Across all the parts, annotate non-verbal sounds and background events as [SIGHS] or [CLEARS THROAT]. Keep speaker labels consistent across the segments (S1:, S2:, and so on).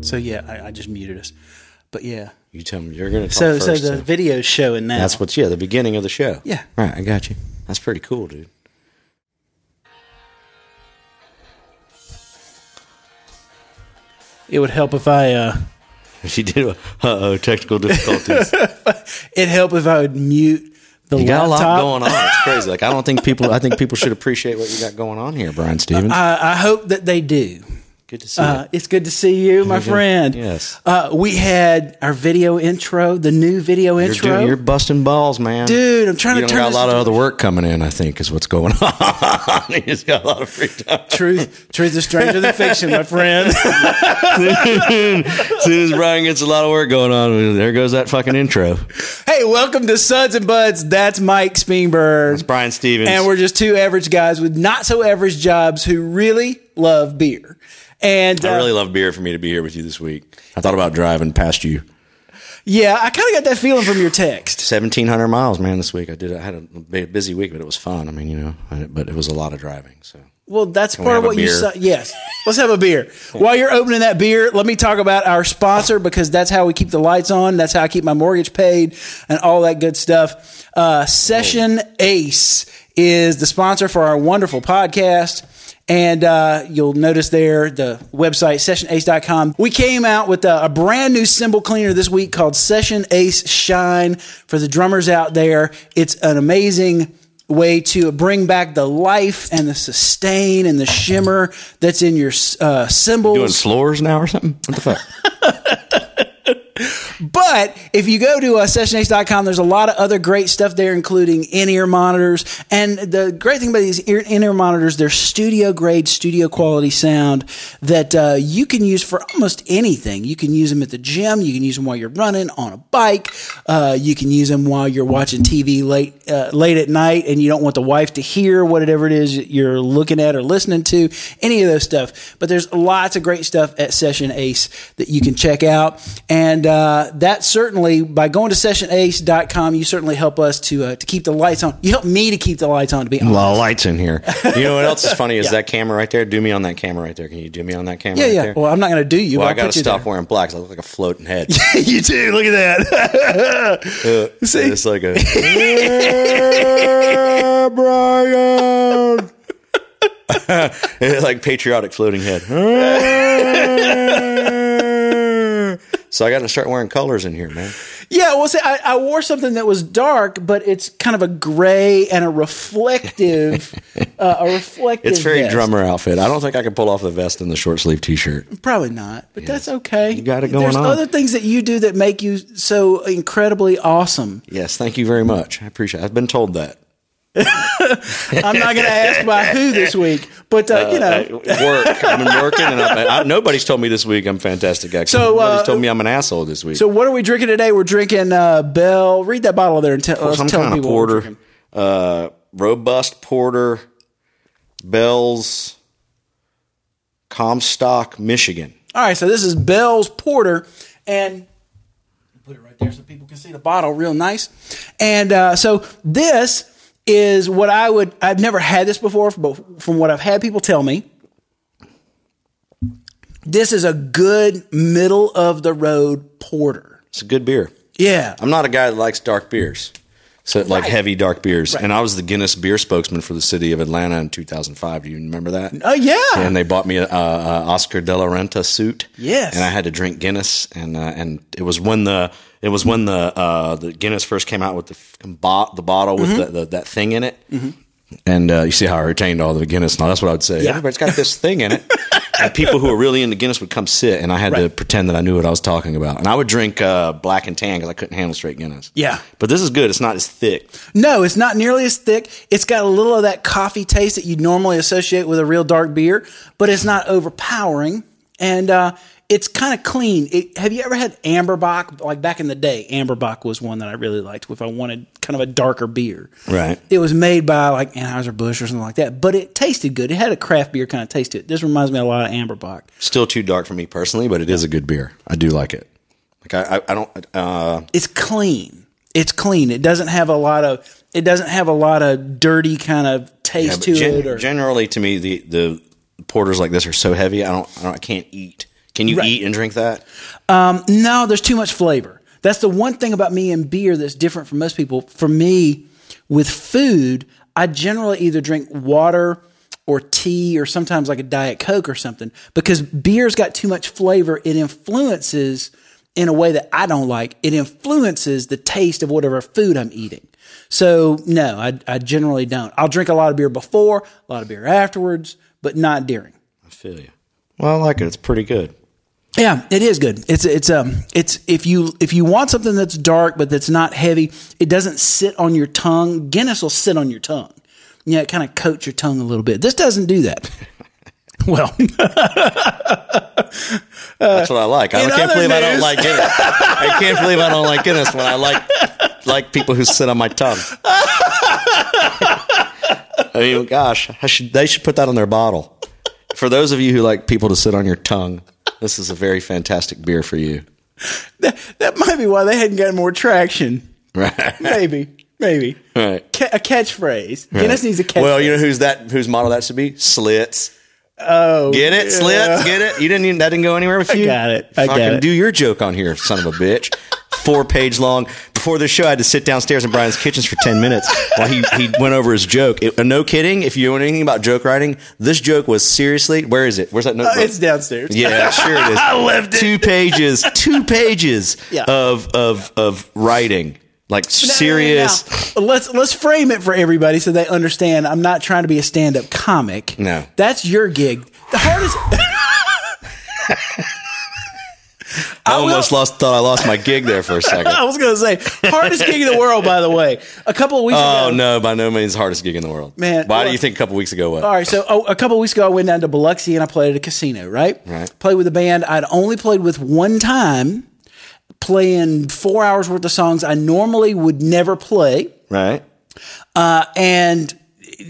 S1: So yeah, I, I just muted us. But yeah,
S2: You tell me you're gonna talk
S1: so
S2: first.
S1: so the
S2: so
S1: video's showing now.
S2: that's what's yeah the beginning of the show.
S1: Yeah.
S2: right. I got you. That's pretty cool, dude. [LAUGHS]
S1: it would help if I. Uh,
S2: She did. Uh oh, technical
S1: [LAUGHS]
S2: difficulties.
S1: it help if I would mute the
S2: you got a
S1: laptop.
S2: lot going on. It's crazy. Like I don't think people. I think people should appreciate what you got going on here, Brian Stevens.
S1: I, I hope that they do.
S2: Good to see you.
S1: Uh, it's good to see you, my friend.
S2: Yes.
S1: Uh, we had our video intro, the new video
S2: You're,
S1: intro.
S2: doing, you're busting balls, man.
S1: Dude, I'm trying
S2: you
S1: to
S2: don't
S1: turn
S2: got a
S1: this
S2: lot of
S1: into-
S2: other work coming in. I think is what's going [LAUGHS] on. you just got a lot of free time.
S1: truth, truth is stranger than fiction, my friend. [LAUGHS]
S2: As soon as Brian gets a lot of work going on, there goes that fucking intro.
S1: hey, welcome to Suds and Buds. That's Mike Speenberg.
S2: It's Brian Stevens.
S1: And we're just two average guys with not so average jobs who really love beer. And uh,
S2: I really love beer for me to be here with you this week. I thought about driving past you.
S1: yeah, I kind of got that feeling from your text.
S2: Seventeen hundred miles, man. This week I did. I had a bu- busy week, but it was fun. I mean, you know, I, but it was a lot of driving. So
S1: Well, that's
S2: we
S1: part of
S2: have a
S1: what you
S2: beer?
S1: said. Yes. Let's have a
S2: [LAUGHS]
S1: beer. While you're opening that beer, let me talk about our sponsor because that's how we keep the lights on. That's how I keep my mortgage paid and all that good stuff. Uh, Session Ace is the sponsor for our wonderful podcast. And uh, you'll notice there the website, sessionace.com. We came out with a, a brand new cymbal cleaner this week called Session Ace Shine for the drummers out there. It's an amazing way to bring back the life and the sustain and the shimmer that's in your uh,
S2: doing
S1: symbols.
S2: floors now or something? What the fuck?
S1: But if you go to uh, sessionace.com, there's a lot of other great stuff there, including in-ear monitors. And the great thing about these ear- in-ear monitors, they're studio grade, studio quality sound that uh, you can use for almost anything. You can use them at the gym. You can use them while you're running on a bike. Uh, you can use them while you're watching TV late uh, late at night, and you don't want the wife to hear whatever it is you're looking at or listening to. Any of those stuff. But there's lots of great stuff at Session Ace that you can check out, and uh, that certainly by going to sessionace.com, you certainly help us to uh, to keep the lights on. You help me to keep the lights on. To be
S2: A
S1: honest.
S2: lot of lights in here. You know what else is funny is that camera right there. Do me on that camera right there. Can you do me on that camera?
S1: Yeah,
S2: right
S1: yeah.
S2: There?
S1: Well, I'm not going to do you.
S2: Well,
S1: but
S2: I
S1: I'll
S2: got
S1: put
S2: to
S1: you
S2: stop
S1: there.
S2: wearing black. 'cause I look like a floating head.
S1: [LAUGHS] you do. Look at that. [LAUGHS]
S2: See, it's like a "Yeah, Brian. [LAUGHS] It's like patriotic floating head. [LAUGHS] so I got to start wearing colors in here, man.
S1: Yeah, well, see, I, I wore something that was dark, but it's kind of a gray and a
S2: [LAUGHS]
S1: reflective, uh, a reflective.
S2: It's very
S1: vest.
S2: drummer outfit. I don't think I can pull off the vest and the short sleeve t shirt.
S1: Probably not, but that's okay. You
S2: got it going
S1: There's
S2: on.
S1: other things that you do that make you so incredibly awesome.
S2: Yes, thank you very much. I appreciate. it. I've been told that.
S1: I'm not going
S2: [LAUGHS]
S1: to ask by who this week, but uh, you know,
S2: I- work. I've been working, and I, I, nobody's told me this week I'm fantastic. Actually,
S1: So, uh,
S2: nobody's told me I'm an asshole this week.
S1: so what are we drinking today? We're drinking uh, Bell. Read that bottle there and tell us.
S2: some
S1: Tell
S2: kind of
S1: people what we're
S2: porter,
S1: drinking.
S2: uh, robust porter, Bell's, Comstock, Michigan.
S1: All right, so this is Bell's Porter, and put it right there so people can see the bottle real nice. And uh, so this is what I would. I've never had this before, but from what I've had people tell me, this is a good middle of the road porter.
S2: It's a good beer.
S1: Yeah,
S2: I'm not a guy that likes dark beers, so like heavy dark beers. And I was the Guinness beer spokesman for the city of Atlanta in 2005. Do you remember that?
S1: Oh yeah.
S2: and they bought me a, a, a Oscar de la Renta suit.
S1: Yes.
S2: and I had to drink Guinness, and uh, and it was when the it was when the uh, the Guinness first came out with the f- bo- the bottle with
S1: Mm-hmm.
S2: the, the, that thing in it. And uh, you see how I retained all the Guinness. Now that's what I would say.
S1: Yeah.
S2: Everybody's got this thing in it.
S1: [LAUGHS]
S2: and people who are really into Guinness would come sit, and I had to
S1: Right.
S2: pretend that I knew what I was talking about. And I would drink uh, black and tan because I couldn't handle straight Guinness.
S1: Yeah.
S2: but this is good. It's not as thick.
S1: No, it's not nearly as thick. It's got a little of that coffee taste that you normally associate with a real dark beer, but it's not overpowering. And uh, it's kind of clean. It, have you ever had Amberbach? Like back in the day, Amberbach was one that I really liked if I wanted kind of a darker beer.
S2: Right.
S1: It was made by like Anheuser-Busch or something like that, but it tasted good. It had a craft beer kind of taste to it. This reminds me a lot of Amberbach.
S2: Still too dark for me personally, but it is a good beer. I do like it. Like I, I, I don't. Uh,
S1: It's clean. It's clean. It doesn't have a lot of it doesn't have a lot of dirty kind of
S2: Yeah,
S1: taste
S2: but
S1: to
S2: gen-
S1: it or
S2: generally, to me, the the porters like this are so heavy. I don't, I don't, I can't eat. Can you eat and drink that?
S1: No, there's too much flavor. That's the one thing about me and beer that's different from most people. For me, with food, I generally either drink water or tea or sometimes like a Diet Coke or something because beer's got too much flavor. It influences in a way that I don't like, it influences the taste of whatever food I'm eating. So, no, I, I generally don't. I'll drink a lot of beer before, a lot of beer afterwards, but not during.
S2: I feel you. Well, I like it. It's pretty good.
S1: Yeah, it is good. It's it's um it's if you if you want something that's dark but that's not heavy, it doesn't sit on your tongue. Guinness will sit on your tongue. Yeah, it kind of coats your tongue a little bit. This doesn't do
S2: [LAUGHS]
S1: that. well, [LAUGHS]
S2: That's what I like. I
S1: in
S2: can't
S1: other
S2: believe I don't
S1: news-
S2: like Guinness. I can't believe I don't like Guinness when I like like people who sit on my tongue. I mean, gosh, I should, they should put that on their bottle. For those of you who like people to sit on your tongue, this is a very fantastic beer for you. [LAUGHS]
S1: that, that might be why they hadn't gotten more traction.
S2: Right.
S1: Maybe, maybe
S2: Right.
S1: Ca- a catchphrase. Guinness needs a catchphrase.
S2: Well, you know who's that? Whose model that should be? Slits. Oh, get it? Slits. Get it? You didn't. Even, that didn't go anywhere with you.
S1: got it. I got
S2: Fucking
S1: it.
S2: do your joke on here, son of a bitch. Four page long. Before this show, I had to sit downstairs in Brian's kitchens for ten minutes while he, he went over his joke. It- no kidding. If you know anything about joke writing, this joke was seriously. Where is it? Where's that notebook?
S1: Uh, it's downstairs.
S2: Yeah, sure it
S1: [LAUGHS]
S2: is. I left it. Two pages, two pages
S1: Yeah.
S2: of of of writing, like
S1: No, no, no,
S2: serious.
S1: no. Let's let's frame it for everybody so they understand. I'm not trying to be a stand up comic.
S2: No.
S1: that's your gig. The hardest. [LAUGHS]
S2: I, almost lost. Thought I lost my gig there for a
S1: [LAUGHS]
S2: second.
S1: I was gonna say hardest gig in the world. By the way, a couple of weeks
S2: Oh
S1: ago.
S2: no, by no means the hardest gig in the world.
S1: Man,
S2: why do
S1: well-
S2: you think a couple weeks ago what?
S1: All right, so oh, a couple of weeks ago, I went down to Biloxi and I played at a casino. Right,
S2: Right.
S1: Played with a band I'd only played with one time, playing four hours worth of songs I normally would never play.
S2: Right.
S1: Uh, and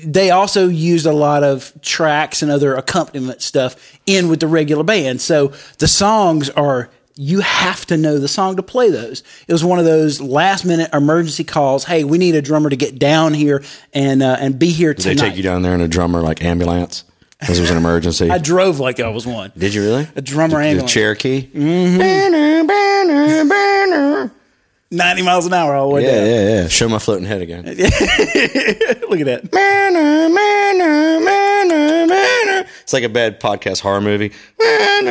S1: they also used a lot of tracks and other accompaniment stuff in with the regular band. So the songs are you have to know the song to play those. It was one of those last minute emergency calls. Hey, we need a drummer to get down here and uh, and be here
S2: They
S1: tonight.
S2: take you down there in a drummer like ambulance because it was
S1: [LAUGHS]
S2: an emergency.
S1: I drove like I was one.
S2: Did you really?
S1: A drummer
S2: The
S1: ambulance, Mm-hmm.
S2: Cherokee. Banner, banner, banner.
S1: ninety miles an hour all the way
S2: Yeah,
S1: down.
S2: yeah, yeah. Show my floating head again.
S1: [LAUGHS] Look at that.
S2: Banner, banner, banner, banner. It's like a bad podcast horror movie. Banner,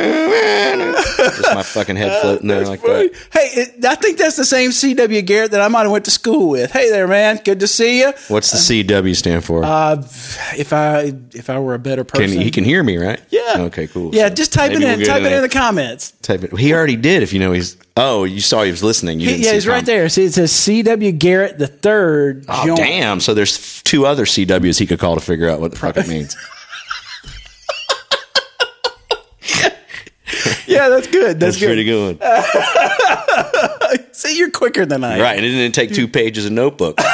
S1: [LAUGHS]
S2: banner. Just my fucking head floating there like that.
S1: Hey, it, I think that's the same C.W. Garrett that I might have went to school with. Hey there, man. Good to see you.
S2: What's the CW stand for?
S1: Uh, if I if I were a better person,
S2: can, he can hear me, right?
S1: yeah.
S2: Okay, cool.
S1: Yeah,
S2: So
S1: just type it
S2: maybe
S1: in.
S2: we'll get
S1: Type it in
S2: there.
S1: the comments.
S2: Type it. He already did. If you know he's. Oh, you saw he was listening. You didn't
S1: yeah,
S2: see
S1: he's
S2: Tom.
S1: right there. See, it says C.W. Garrett the third.
S2: Oh, damn. So there's f- two other CWs he could call to figure out what the fuck it means.
S1: [LAUGHS] Yeah, that's good. [LAUGHS] That's,
S2: That's
S1: good.
S2: pretty good.
S1: See, you're quicker than I. am.
S2: Right. And it didn't take two pages of notebook.
S1: So,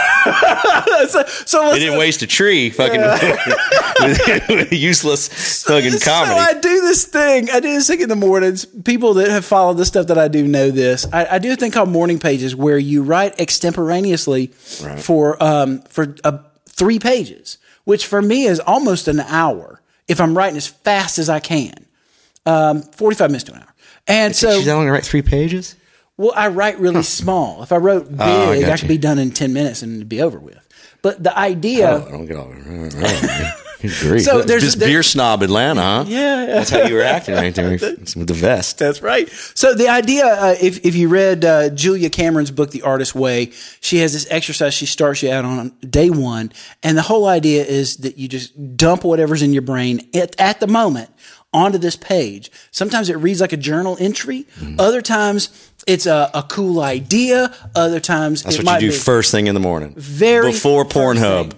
S1: so
S2: It
S1: let's.
S2: didn't waste a tree fucking [LAUGHS] with useless fucking
S1: So I
S2: comedy.
S1: do this thing. I do this thing in the mornings. People that have followed the stuff that I do know this. I, I do a thing called morning pages where you write extemporaneously for um, for uh, three pages, which for me is almost an hour if I'm writing as fast as I can. Um, Forty five minutes to an hour. And so,
S2: She's only write three pages?
S1: well, I write really small. If I wrote big,
S2: Oh, I
S1: I,
S2: got
S1: could
S2: you.
S1: be done in ten minutes and it'd be over with. But the idea,
S2: Oh, I don't get all that.
S1: So
S2: Great. So
S1: there's-
S2: there's this
S1: there-
S2: beer snob Atlanta, huh?
S1: Yeah, [LAUGHS] yeah.
S2: That's how you were acting right
S1: [LAUGHS]
S2: there with the vest.
S1: That's right. So the idea, uh, if if you read uh, Julia Cameron's book, The Artist's Way, she has this exercise she starts you out on day one, and the whole idea is that you just dump whatever's in your brain at, at the moment onto this page. Sometimes it reads like a journal entry.
S2: Hmm.
S1: Other times. It's a, a cool idea. Other times
S2: That's
S1: it
S2: what
S1: might
S2: you do
S1: be
S2: first thing in the morning.
S1: Very
S2: before
S1: first
S2: Pornhub.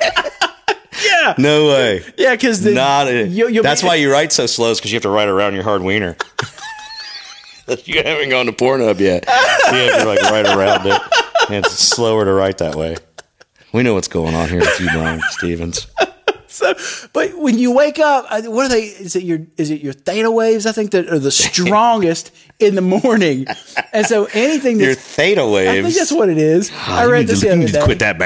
S2: yeah.
S1: [LAUGHS]
S2: No way.
S1: yeah, because
S2: Not a,
S1: you- you'll
S2: that's
S1: be-
S2: why you write so slow is because you have to write around your hard wiener. [LAUGHS] you haven't gone to Pornhub yet. You have to like write around it. And it's slower to write that way. We know what's going on here with you, Brian Stevens.
S1: So, but when you wake up, I- what are they? Is it your is it your theta waves? I think that are
S2: [LAUGHS]
S1: the strongest in the morning, and so anything
S2: Your
S1: that's
S2: theta
S1: I think
S2: waves.
S1: that's what it is. I
S2: Ah, You
S1: read
S2: need
S1: this the
S2: to, you
S1: other
S2: need to
S1: day.
S2: quit that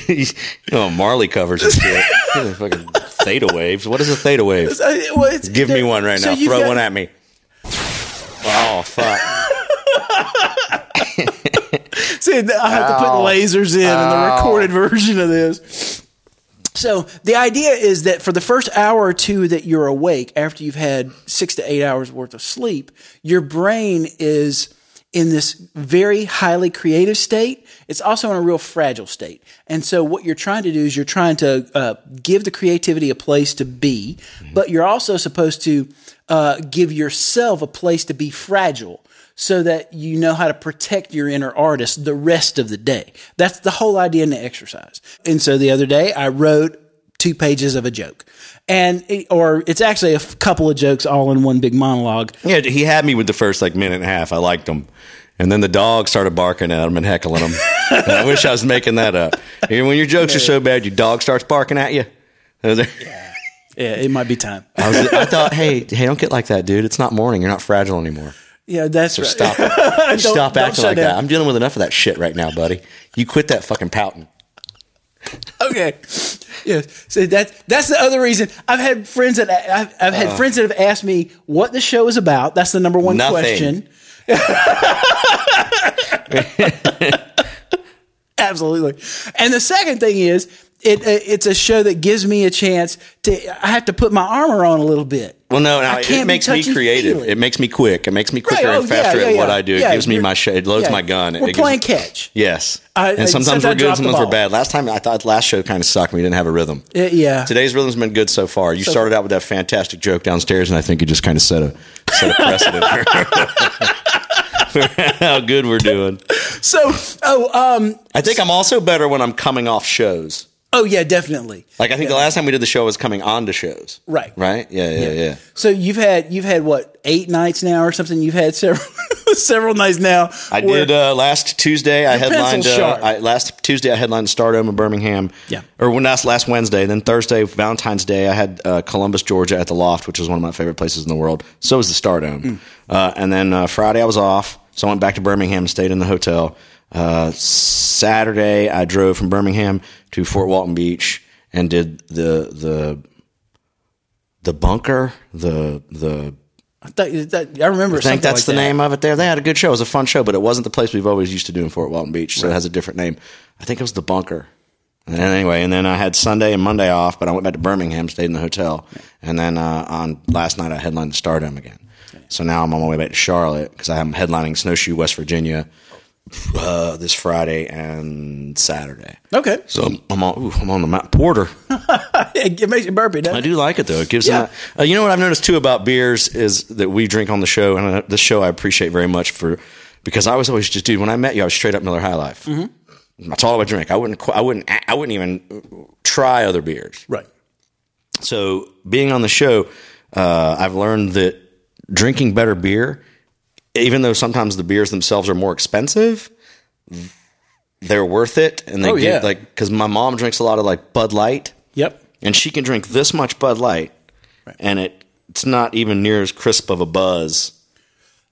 S2: band.
S1: [LAUGHS]
S2: [LAUGHS] you know, Marley covers and shit. [LAUGHS] Yeah, fucking theta waves. What is a theta wave?
S1: Uh, well, it's-
S2: Give me one right
S1: so
S2: now.
S1: you've
S2: Throw
S1: got-
S2: one at me. Oh fuck!
S1: See, th- I have to put lasers in in the recorded [LAUGHS] version of this. So the idea is that for the first hour or two that you're awake, after you've had six to eight hours worth of sleep, your brain is in this very highly creative state. It's also in a real fragile state. And so what you're trying to do is you're trying to uh, give the creativity a place to be, but you're also supposed to uh, give yourself a place to be fragile so that you know how to protect your inner artist the rest of the day. That's the whole idea in the exercise. And so the other day I wrote two pages of a joke. And it- or it's actually a f- couple of jokes all in one big monologue.
S2: [LAUGHS] Yeah, he had me with the first like minute and a half. I liked him. And then the dog started barking at him and
S1: [LAUGHS]
S2: heckling him. And I wish I was making that up. And when your jokes are so bad, your dog starts barking at you. [LAUGHS] I was-
S1: Yeah, it might be time.
S2: I, was- I thought, hey, hey, don't get like that, dude. It's not morning. You're not fragile anymore.
S1: Yeah, that's right.
S2: Stop it.
S1: [LAUGHS]
S2: Stop
S1: don't
S2: acting
S1: shut
S2: like that.
S1: down.
S2: I'm dealing with enough of that shit right now, buddy. You quit that fucking pouting.
S1: okay. Yes. So that that's the other reason I've had friends that I've, I've
S2: Uh.
S1: had friends that have asked me what the show is about. That's the number one
S2: Nothing.
S1: question. [LAUGHS] Absolutely. And the second thing is it it's a show that gives me a chance to I have to put my armor on a little bit.
S2: Well, no, no
S1: can't
S2: it
S1: be
S2: makes me creative.
S1: touchy-feely.
S2: It makes me quick. It makes me quicker
S1: Right, oh,
S2: and faster
S1: yeah,
S2: at
S1: yeah,
S2: what
S1: yeah.
S2: I do.
S1: Yeah,
S2: it gives me
S1: you're-
S2: my shit. It loads
S1: yeah.
S2: my gun. It-
S1: We're
S2: it gives-
S1: playing catch.
S2: Yes.
S1: I- I-
S2: and sometimes
S1: since I
S2: we're good,
S1: dropped the
S2: sometimes we're
S1: ball.
S2: bad. Last time, I thought last show kind of sucked. We didn't have a rhythm.
S1: Uh, yeah.
S2: Today's rhythm's been good so far. You started out with that fantastic joke downstairs, and I think you just kind of set a set
S1: [LAUGHS]
S2: a precedent for, for how good we're doing.
S1: So oh um
S2: I think I'm also better when I'm coming off shows.
S1: oh yeah, definitely.
S2: Like I think the last time we did the show was coming on to shows.
S1: Right.
S2: Right. Yeah. Yeah. Yeah.
S1: So you've had you've had what eight nights now or something? You've had several [LAUGHS] several nights now.
S2: I
S1: where-
S2: did uh, last Tuesday. I
S1: pencil's
S2: headlined. Uh,
S1: sharp.
S2: I, last Tuesday, I headlined Stardom in Birmingham.
S1: Yeah.
S2: Or when last last Wednesday, then Thursday, Valentine's Day, I had uh, Columbus, Georgia, at the Loft, which is one of my favorite places in the world. So was the Stardom.
S1: Mm.
S2: Uh, and then uh, Friday, I was off, so I went back to Birmingham, stayed in the hotel. Uh, Saturday, I drove from Birmingham to Fort Walton Beach and did the the the bunker the the
S1: I, thought, that, I remember.
S2: I think that's the name of it there. They had a good show. It was a fun show, but it wasn't the place we've always used to do in Fort Walton Beach. So it has a different name. I think it was The Bunker. And anyway, and then I had Sunday and Monday off, but I went back to Birmingham, stayed in the hotel. And then uh, on last night, I headlined Stardom again. So now I'm on my way back to Charlotte because I'm headlining Snowshoe, West Virginia uh, this Friday and Saturday.
S1: Okay, [LAUGHS]
S2: So I'm, I'm on, ooh, I'm on the Mount Porter.
S1: it makes you burpy.
S2: I
S1: Doesn't it?
S2: do like it though. It gives them that- uh, you know what I've noticed too about beers is that we drink on the show, and uh, this show I appreciate very much for because I was always just dude. When I met you, I was straight up Miller High Life.
S1: Mm-hmm.
S2: That's all I would drink. I wouldn't. qu- I wouldn't. a- I wouldn't even try other beers.
S1: Right.
S2: So being on the show, uh, I've learned that drinking better beer, even though sometimes the beers themselves are more expensive, they're worth it, and they
S1: Oh,
S2: get
S1: yeah.
S2: like because my mom drinks a lot of like Bud Light
S1: Yep.
S2: and she can drink this much Bud Light, and it it's not even near as crisp of a buzz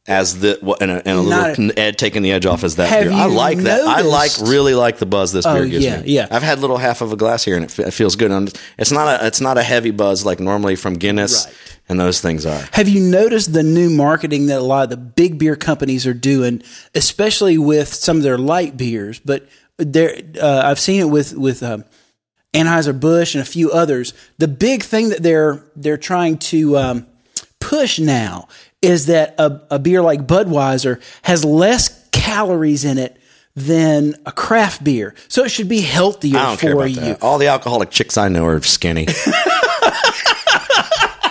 S2: as the what- and a, and a
S1: Not-
S2: little Ed taking the edge off as that
S1: Have
S2: beer. I
S1: you
S2: like that. I like
S1: noticed- Oh,
S2: really like the buzz this beer gives
S1: yeah,
S2: me.
S1: yeah.
S2: I've had little half of a glass here, and it, fe- it feels good. And it's not a it's not a heavy buzz like normally from Guinness
S1: Right.
S2: and those things are.
S1: Have you noticed the new marketing that a lot of the big beer companies are doing, especially with some of their light beers? But there, uh, I've seen it with with um, Anheuser Busch and a few others. The big thing that they're they're trying to um, push now is that a, a beer like Budweiser has less calories in it than a craft beer, so it should be healthier
S2: I don't
S1: for
S2: care about
S1: you.
S2: that. All the alcoholic chicks I know
S1: [LAUGHS]
S2: are skinny. [LAUGHS]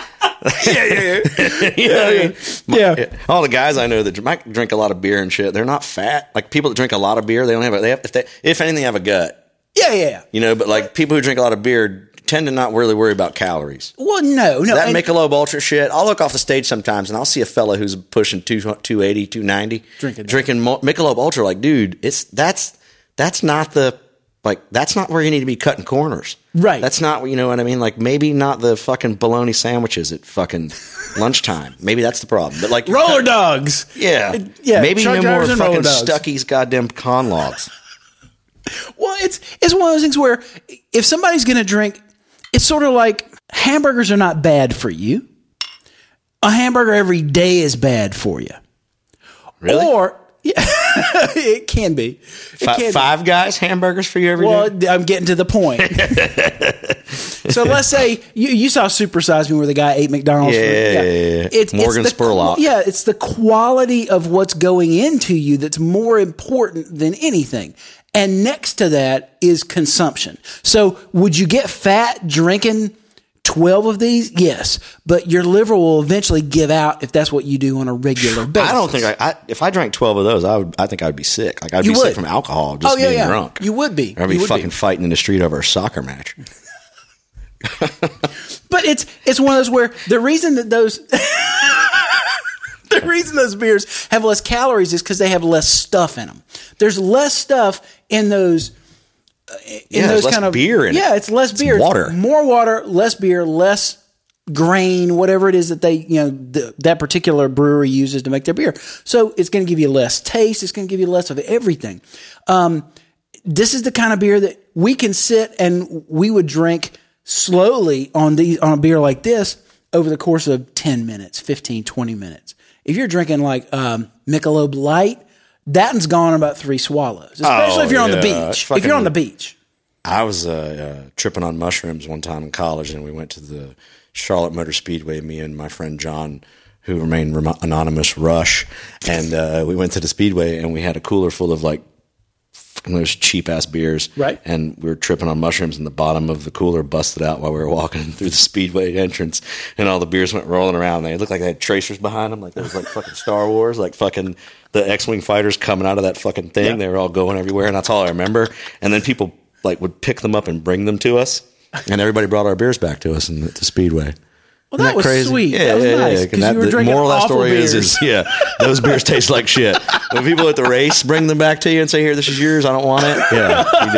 S2: You know what I mean?
S1: Yeah.
S2: all the guys I know that might drink a lot of beer and shit, they're not fat. Like people that drink a lot of beer, they don't have a, they have, if they, if anything, they have a gut,
S1: yeah, yeah, yeah.
S2: you know, but like people who drink a lot of beer tend to not really worry about calories.
S1: Well, no, no.
S2: That
S1: and-
S2: Michelob Ultra shit, I'll look off the stage sometimes and I'll see a fella who's pushing 2 280, 290,
S1: Drinking that.
S2: drinking Mo- Michelob Ultra. Like, dude, it's, that's, that's not the, like, that's not where you need to be cutting corners.
S1: Right.
S2: That's not, you know what I mean? Like, maybe not the fucking bologna sandwiches at fucking
S1: [LAUGHS]
S2: lunchtime. Maybe that's the problem. But like,
S1: roller dogs.
S2: yeah.
S1: Uh, yeah,
S2: Maybe
S1: truck
S2: no more
S1: drivers and roller
S2: fucking
S1: dogs.
S2: Stucky's goddamn con logs.
S1: Well, it's it's one of those things where if somebody's going to drink, it's sort of like hamburgers are not bad for you. A hamburger every day is bad for you.
S2: Really?
S1: Or [LAUGHS] yeah, it can be. It
S2: Fi-
S1: can be.
S2: five guys hamburgers for you every day.
S1: Well, th- I'm getting to the
S2: [LAUGHS]
S1: point. so let's say you, you saw Super Size Me where the guy ate McDonald's. for,
S2: Yeah, yeah, yeah, yeah. Morgan
S1: the
S2: Spurlock.
S1: qua- yeah, it's the quality of what's going into you that's more important than anything. And next to that is consumption. So would you get fat drinking 12 of these? Yes. But your liver will eventually give out if that's what you do on a regular basis.
S2: I don't think I, I if I drank twelve of those, I would. I think I would be sick. Like I'd
S1: You
S2: be
S1: would.
S2: sick from alcohol, just
S1: Oh, yeah,
S2: being
S1: yeah.
S2: drunk.
S1: You would be.
S2: Or I'd be
S1: You would be.
S2: fucking fighting in the street over a soccer match.
S1: But it's it's one of those where the reason that those [LAUGHS] the reason those beers have less calories is because they have less stuff in them. There's less stuff in those. uh, In
S2: Yeah, there's
S1: those
S2: less
S1: kind of
S2: beer in it.
S1: yeah, it's less beer, It's
S2: water.
S1: more water, less beer, less grain, whatever it is that they you know th- that particular brewery uses to make their beer. So it's going to give you less taste. It's going to give you less of everything Um, this is the kind of beer that we can sit and we would drink slowly on these on a beer like this over the course of 10 minutes 15 20 minutes if you're drinking like um, michelob light that one's gone in about three swallows especially
S2: Oh,
S1: if you're on the
S2: yeah.
S1: beach
S2: It's
S1: if you're on
S2: fucking-
S1: the beach
S2: I was uh, uh, tripping on mushrooms one time in college, and we went to the Charlotte Motor Speedway. Me and my friend John, who remained remo- anonymous, Rush, and uh, we went to the speedway, and we had a cooler full of like fucking those cheap ass beers,
S1: Right.
S2: And we were tripping on mushrooms, and the bottom of the cooler busted out while we were walking [LAUGHS] through the speedway entrance, and all the beers went rolling around. They looked like they had tracers behind them, like there was like fucking Star Wars, like fucking the X-wing fighters coming out of that fucking thing. They were all going everywhere, and that's all I remember. And then people like would pick them up and bring them to us, and everybody brought our beers back to us in the, the speedway.
S1: well that, was sweet that was nice because
S2: That-
S1: you were
S2: the
S1: drinking
S2: moral of that
S1: awful
S2: story
S1: beers.
S2: is, is yeah, those [LAUGHS] beers taste like shit. When people at the race bring them back to you and say, "Here, this is yours. I don't want it." Yeah, you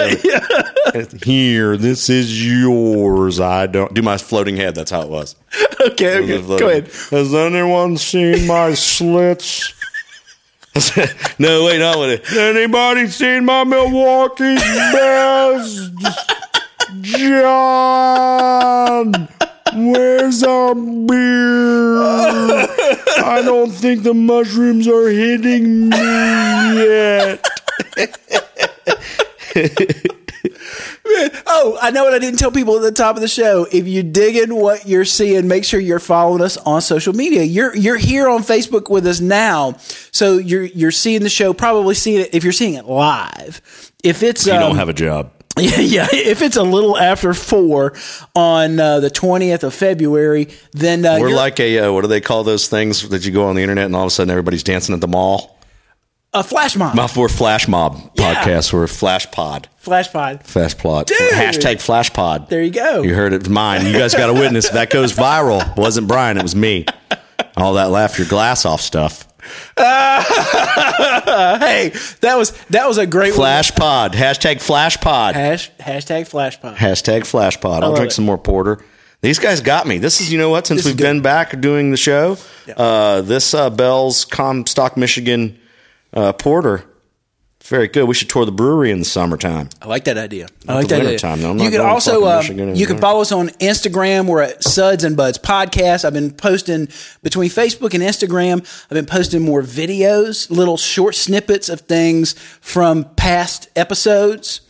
S2: [LAUGHS] did. Here, this is yours. I don't do my floating head. That's how it was.
S1: [LAUGHS] okay, okay
S2: It was a
S1: go ahead
S2: floating- Has anyone
S1: [LAUGHS]
S2: seen my slits? no, wait, not with it. Anybody seen my Milwaukee best? John, where's our beer? I don't think the mushrooms are hitting me yet.
S1: Oh, I know what I didn't tell people at the top of the show. If you dig in what you're seeing, make sure you're following us on social media. You're you're here on Facebook with us now, so you're you're seeing the show. Probably seeing it if you're seeing it live. If it's um, [LAUGHS]
S2: a job.
S1: yeah, yeah, if it's a little after four on uh, the twentieth of February, then uh,
S2: We're
S1: you're
S2: like a uh, what do they call those things that you go on the internet and all of a sudden everybody's dancing at the mall?
S1: a flash mob,
S2: Muff, we're Flash Mob
S1: Yeah.
S2: podcast. We're Flash Pod.
S1: flash pod.
S2: Flash Plot. Hashtag Flash Pod.
S1: There you go.
S2: You heard it mine. You guys got a witness. If that goes viral, it wasn't Brian, it was me. All that laugh your glass off stuff.
S1: Uh, Hey, that was that was a great
S2: Flash Pod. Hashtag Flash Pod.
S1: One. Hash, hashtag flash pod.
S2: Hashtag Flash Pod. I'll
S1: love
S2: drink
S1: it.
S2: some more porter. These guys got me. This is you know what? Since
S1: This is
S2: we've
S1: good.
S2: been back doing the show,
S1: Yeah.
S2: uh, this uh, Bell's Comstock, Michigan uh, porter. It's very good. We should tour the brewery in the summertime.
S1: I like that idea. I like
S2: the
S1: that
S2: winter
S1: idea.
S2: time, though. I'm
S1: you
S2: not
S1: can
S2: going
S1: also
S2: fucking
S1: uh,
S2: Michigan in
S1: you
S2: the
S1: can follow us on Instagram. We're at Suds and Buds Podcast. I've been posting between Facebook and Instagram. I've been posting more videos, little short snippets of things from past episodes.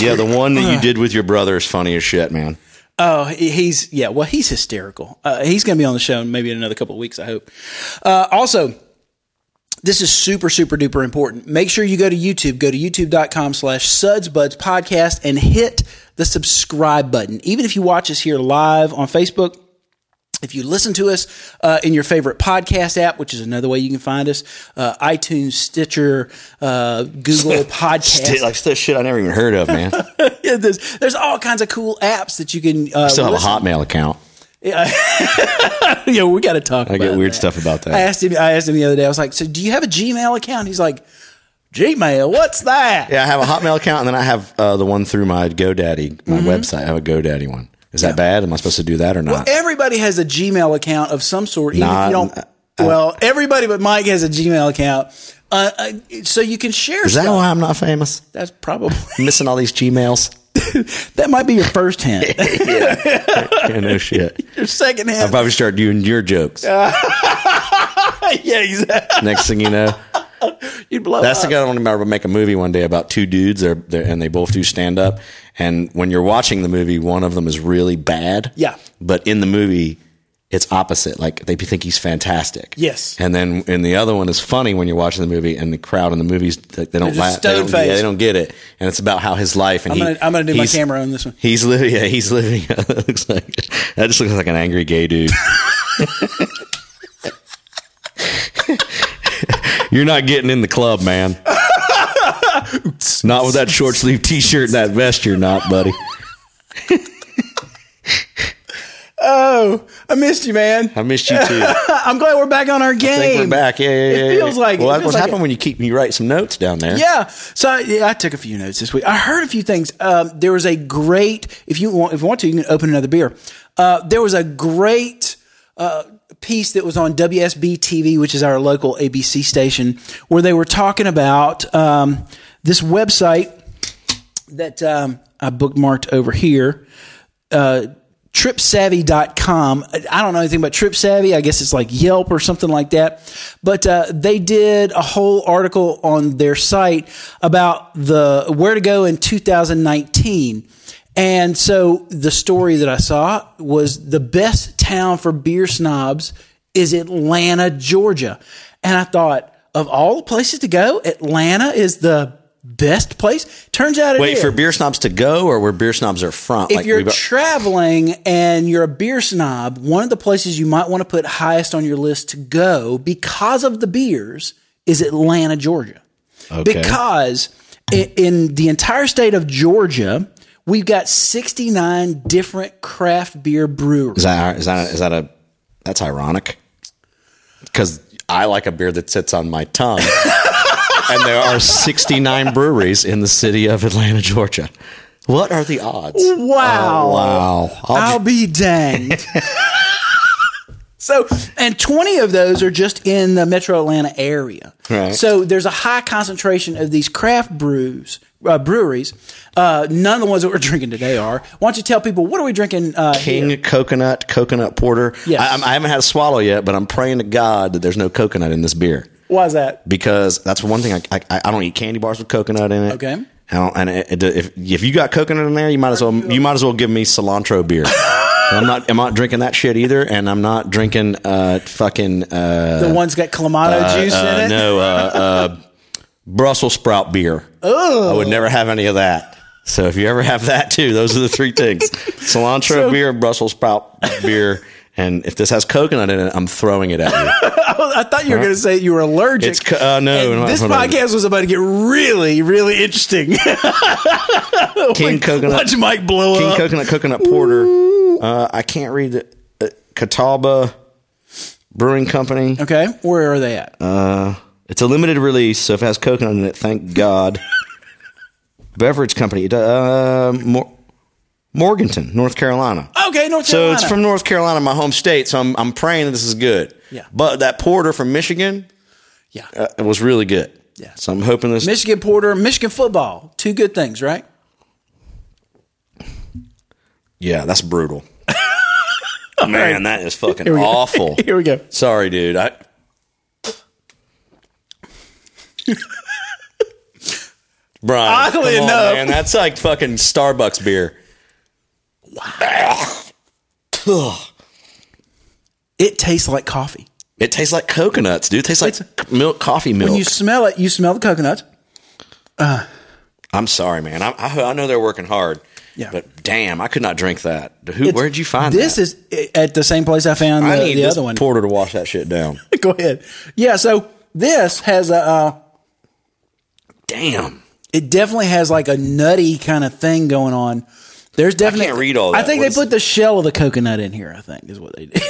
S2: Yeah, the one that
S1: [SIGHS]
S2: you did with your brother is funny as shit, man.
S1: Oh, he- he's yeah. Well, he's hysterical. Uh, he's going to be on the show maybe in another couple of weeks. I hope. Uh, also, this is super super duper important. Make sure you go to YouTube. Go to youtube.com slash Suds Buds Podcast and hit the subscribe button. Even if you watch us here live on Facebook. If you listen to us uh, in your favorite podcast app, which is another way you can find us, uh, iTunes, Stitcher, uh,
S2: [LAUGHS]
S1: Google Podcast,
S2: Dude, like stuff shit I never even heard of, man. I
S1: Yeah, [LAUGHS] there's, there's all kinds of cool apps that you can. Uh,
S2: still have a
S1: listen-
S2: Hotmail account.
S1: [LAUGHS] Yeah, we got to talk.
S2: I
S1: about
S2: get weird
S1: that.
S2: stuff about
S1: I [LAUGHS]
S2: that.
S1: asked him. I asked him the other day. I was like, "So, do you have a Gmail account?" He's like, "Gmail? What's that?"
S2: Yeah, I have a Hotmail account, and then I have uh, the one through my GoDaddy, my website. I have a GoDaddy one. Is that bad? Am I supposed to do that or not?
S1: Everybody has a Gmail account of some sort, even if
S2: Nah,
S1: you don't. well, everybody but Mike has a Gmail account. Uh, uh, so you can share
S2: Is that
S1: stuff.
S2: why I'm not famous?
S1: That's probably [LAUGHS]
S2: Missing all these Gmails?
S1: that might be your first
S2: [LAUGHS]
S1: hint.
S2: Yeah, no shit.
S1: [LAUGHS] your second
S2: I'll
S1: hint.
S2: probably start doing your
S1: [LAUGHS]
S2: jokes.
S1: yeah, exactly.
S2: Next thing you know,
S1: You'd blow
S2: that's
S1: up.
S2: the guy I want to make a movie one day about two dudes they're, they're, and they both do stand up. And when you're watching the movie, one of them is really bad.
S1: Yeah.
S2: But in the movie, it's opposite. Like they think he's fantastic.
S1: Yes.
S2: And then and the other one is funny when you're watching the movie and the crowd in the movies like, they don't
S1: They're just
S2: laugh. They don't, yeah,
S1: stone-faced.
S2: they don't get it. And it's about how his life and
S1: I'm
S2: he,
S1: gonna- I'm gonna do my
S2: he's-
S1: camera on this one.
S2: He's living. Yeah, he's living. [LAUGHS] it looks like that. Just looks like an angry gay dude. [LAUGHS] You're not getting in the club, man. not with that short sleeve T-shirt and that vest. You're not, buddy.
S1: Oh, I missed you, man.
S2: I missed you too. I
S1: I'm glad we're back on our game.
S2: think we're back. Yeah, yeah, yeah.
S1: It
S2: yeah.
S1: feels like it.
S2: well,
S1: It
S2: that's
S1: feels
S2: what
S1: like
S2: happened
S1: it.
S2: when you keep you write some notes down there.
S1: Yeah. So I, yeah, I took a few notes this week. I heard a few things. Um, there was a great. If you want, if you want to, you can open another beer. Uh, there was a great uh, piece that was on WSB TV, which is our local ABC station, where they were talking about um, this website that um, I bookmarked over here. Uh, TripSavvy.com. I don't know anything about TripSavvy. I guess it's like Yelp or something like that. But uh, they did a whole article on their site about the where to go in 2019. And so the story that I saw was the best town for beer snobs is Atlanta, Georgia. And I thought, of all the places to go, Atlanta is the best place. Turns out it
S2: Wait
S1: is
S2: for beer snobs to go, or where beer snobs are from.
S1: if you're
S2: we bu-
S1: traveling and you're a beer snob, one of the places you might want to put highest on your list to go because of the beers is Atlanta, Georgia. Because in, in the entire state of Georgia, we've got 69 different craft beer breweries.
S2: Is that is that is that a that's ironic? Because I like a beer that sits on my tongue, [LAUGHS] and there are 69 breweries in the city of Atlanta, Georgia. What are the odds? Oh,
S1: Wow.
S2: Wow! I'll
S1: I'll be
S2: [LAUGHS]
S1: danged. so, and 20 of those are just in the metro Atlanta area.
S2: Right.
S1: So there's a high concentration of these craft brews, uh, breweries. Uh, none of the ones that we're [LAUGHS] drinking today are. Why don't you tell people what are we drinking? Uh,
S2: King coconut, coconut porter.
S1: Yes.
S2: I, I'm- I haven't had a swallow yet, but I'm praying to God that there's no coconut in this beer
S1: why is that?
S2: because that's one thing I I, I don't eat candy bars with coconut in it.
S1: Okay.
S2: I don't, and it, it, if if you got coconut in there, you might as well you might as well give me
S1: [LAUGHS]
S2: cilantro beer. I'm not I'm not drinking that shit either, and I'm not drinking uh fucking uh,
S1: The one's got Clamato juice
S2: uh,
S1: in it.
S2: no uh, uh Brussels sprout beer. Oh, I would never have any of that. So if you ever have that too, those are the
S1: [LAUGHS]
S2: three things: cilantro beer, Brussels sprout beer, and if this has coconut in it, I'm throwing it at
S1: [LAUGHS]
S2: you.
S1: [LAUGHS] I thought you were going to say you were allergic.
S2: It's co- uh, no,
S1: And
S2: no,
S1: this
S2: no, no.
S1: podcast was about to get really, really interesting. [LAUGHS]
S2: King coconut.
S1: Watch Mike blow
S2: King
S1: up.
S2: Coconut Coconut Porter. Uh, I can't read the uh, Catawba Brewing Company.
S1: okay, where are they at?
S2: Uh, It's a limited release, so if it has coconut in it, thank God. [LAUGHS] Beverage company, it, uh, Mor- Morganton, North Carolina.
S1: okay, North
S2: So
S1: Carolina.
S2: it's from North Carolina, my home state. So I'm I'm praying that this is good.
S1: Yeah.
S2: But that porter from Michigan
S1: yeah.
S2: uh, it was really good.
S1: Yeah.
S2: So I'm hoping this.
S1: Michigan Porter, Michigan football. Two good things, right?
S2: yeah, that's
S1: [LAUGHS]
S2: brutal. Man, that is fucking
S1: we go.
S2: awful.
S1: [LAUGHS] [LAUGHS] Here we go.
S2: Sorry, dude. I Brian.
S1: Oddly
S2: come on,
S1: enough-
S2: man, that's like fucking Starbucks beer.
S1: It tastes like coffee.
S2: It tastes like coconuts, dude. It tastes like c- milk, coffee milk.
S1: You smell it. You smell the coconuts.
S2: I'm sorry, man. I, I, I know they're working hard.
S1: Yeah.
S2: But damn, I could not drink that. Who? Where'd you find
S1: This
S2: that?
S1: is i- at the same place I found
S2: I
S1: the,
S2: need
S1: the
S2: this
S1: other one.
S2: porter to wash that shit down.
S1: [LAUGHS] Go ahead. Yeah. So this has a. Uh,
S2: Damn.
S1: it definitely has like a nutty kind of thing going on. There's definitely.
S2: can't read all
S1: I
S2: that.
S1: think
S2: What
S1: they
S2: is
S1: put the shell of the coconut in here. I think is what they did. [LAUGHS]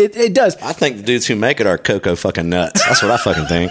S1: it, it does.
S2: I think the dudes who make it are cocoa fucking nuts. That's what I fucking think.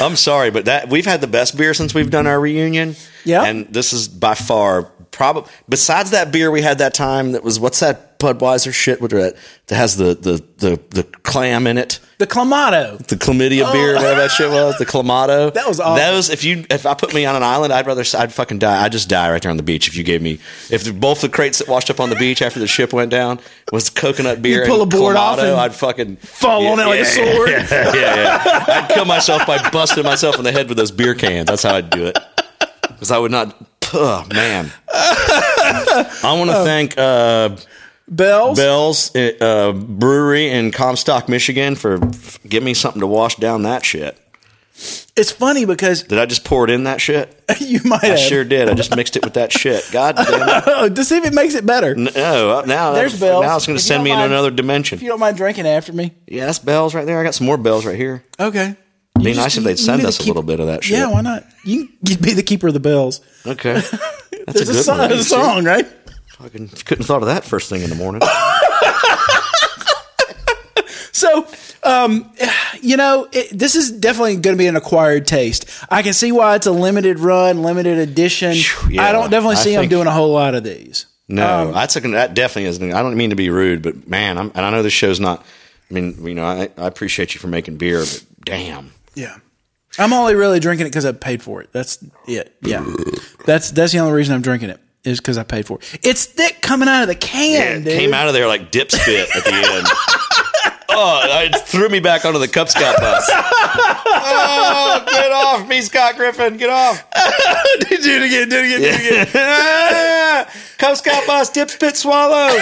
S2: I'm sorry, but that we've had the best beer since we've done our reunion.
S1: Yeah.
S2: and this is by far probably besides that beer we had that time that was what's that Budweiser shit with that that has the the the the clam in it.
S1: The Clamato.
S2: The chlamydia beer, whatever that shit was, the clamato.
S1: Oh. [LAUGHS] That was awful.
S2: Those, if you, if I put me on an island, I'd rather, I'd fucking die. I'd just die right there on the beach if you gave me, if the, both the crates that washed up on the beach after the ship went down was coconut beer
S1: pull
S2: and
S1: a board off
S2: Clamato,
S1: and
S2: I'd fucking
S1: fall on it like a sword.
S2: [LAUGHS] Yeah, yeah, yeah. I'd kill myself by busting myself in the head with those beer cans. That's how I'd do it. Because I would not, oh, man. I want
S1: Oh.
S2: to thank, uh,
S1: Bells.
S2: Bell's uh, Brewery in Comstock, Michigan, for f- give me something to wash down that shit.
S1: It's funny because [LAUGHS]
S2: Did I just pour it in that shit?
S1: you might
S2: I
S1: have.
S2: sure did. I just mixed it with that shit. God damn it!
S1: [LAUGHS] to see if it makes it better.
S2: No, uh, now
S1: There's
S2: that's-
S1: Bell's.
S2: Now it's going
S1: If
S2: to
S1: you
S2: send
S1: don't
S2: me
S1: mind-
S2: in another
S1: If you
S2: dimension.
S1: don't mind drinking after me.
S2: Yeah, that's Bell's right there. I got some more Bell's right here.
S1: Okay.
S2: Be
S1: You
S2: nice
S1: just-
S2: if
S1: you-
S2: they'd
S1: you
S2: send
S1: need
S2: us
S1: to
S2: a
S1: keep-
S2: little bit of that shit.
S1: Yeah, why not? You, you'd [LAUGHS] be the keeper of the bells.
S2: [LAUGHS]
S1: [LAUGHS]
S2: Okay. That's
S1: There's a,
S2: a good
S1: song,
S2: one.
S1: there's a song, right?
S2: Fucking couldn't thought of that first thing in the morning.
S1: So, um, [SIGHS] you know, it, this is definitely going to be an acquired taste. I can see why it's a limited run, limited edition.
S2: Phew, yeah.
S1: I don't definitely
S2: I
S1: see I'm
S2: think-
S1: doing a whole lot of these.
S2: No,
S1: Um,
S2: I took an, that definitely isn't. I don't mean to be rude, but man, I'm, and I know this show's not. I mean, you know, I, I appreciate you for making beer, but damn,
S1: Yeah. I'm only really drinking it because I paid for it. That's it. Yeah. That's that's the only reason I'm drinking it is because I paid for it. It's thick coming out of the can,
S2: it
S1: dude. [LAUGHS]
S2: came out of there like dipspit at the end. [LAUGHS] oh, it threw me back onto the Cub Scout bus. oh, get off me, Scott Griffin! Get off!
S1: do it again. Do it again. Do it again.
S2: Ah, Cub Scout bus, dipspit swallow,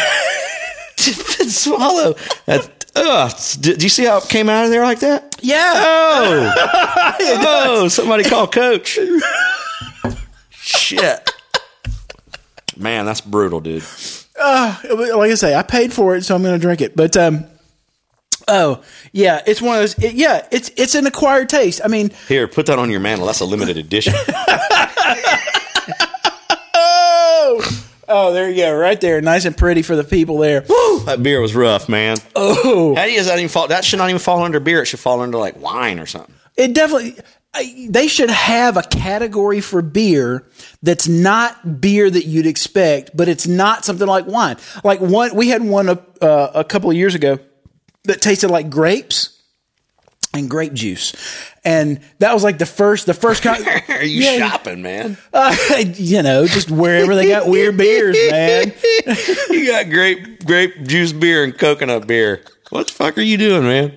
S2: dipspit swallow. That's, uh, do you see how it came out of there like that?
S1: Yeah.
S2: Oh, oh, somebody call coach. Shit. Man, that's brutal, dude.
S1: like I say, I paid for it, so I'm going to drink it. But um, oh yeah, it's one of those. It, yeah, it's it's an acquired taste. I mean,
S2: Here, put that on your mantle. That's a limited edition.
S1: oh oh, there you go, right there, nice and pretty for the people there. [GASPS] Woo!
S2: that beer was rough, man. Oh, that is not even fall. That should not even fall under beer. It should fall under like wine or something.
S1: It definitely. I, they should have a category for beer that's not beer that you'd expect, but it's not something like wine. Like one, we had one a, uh, a couple of years ago that tasted like grapes and grape juice, and that was like the first, the first kind.
S2: Are you
S1: Yeah.
S2: shopping, man?
S1: Uh, [LAUGHS] you know, just wherever they got
S2: [LAUGHS]
S1: weird beers, man.
S2: you got grape grape juice beer and coconut beer. What the fuck are you doing, man?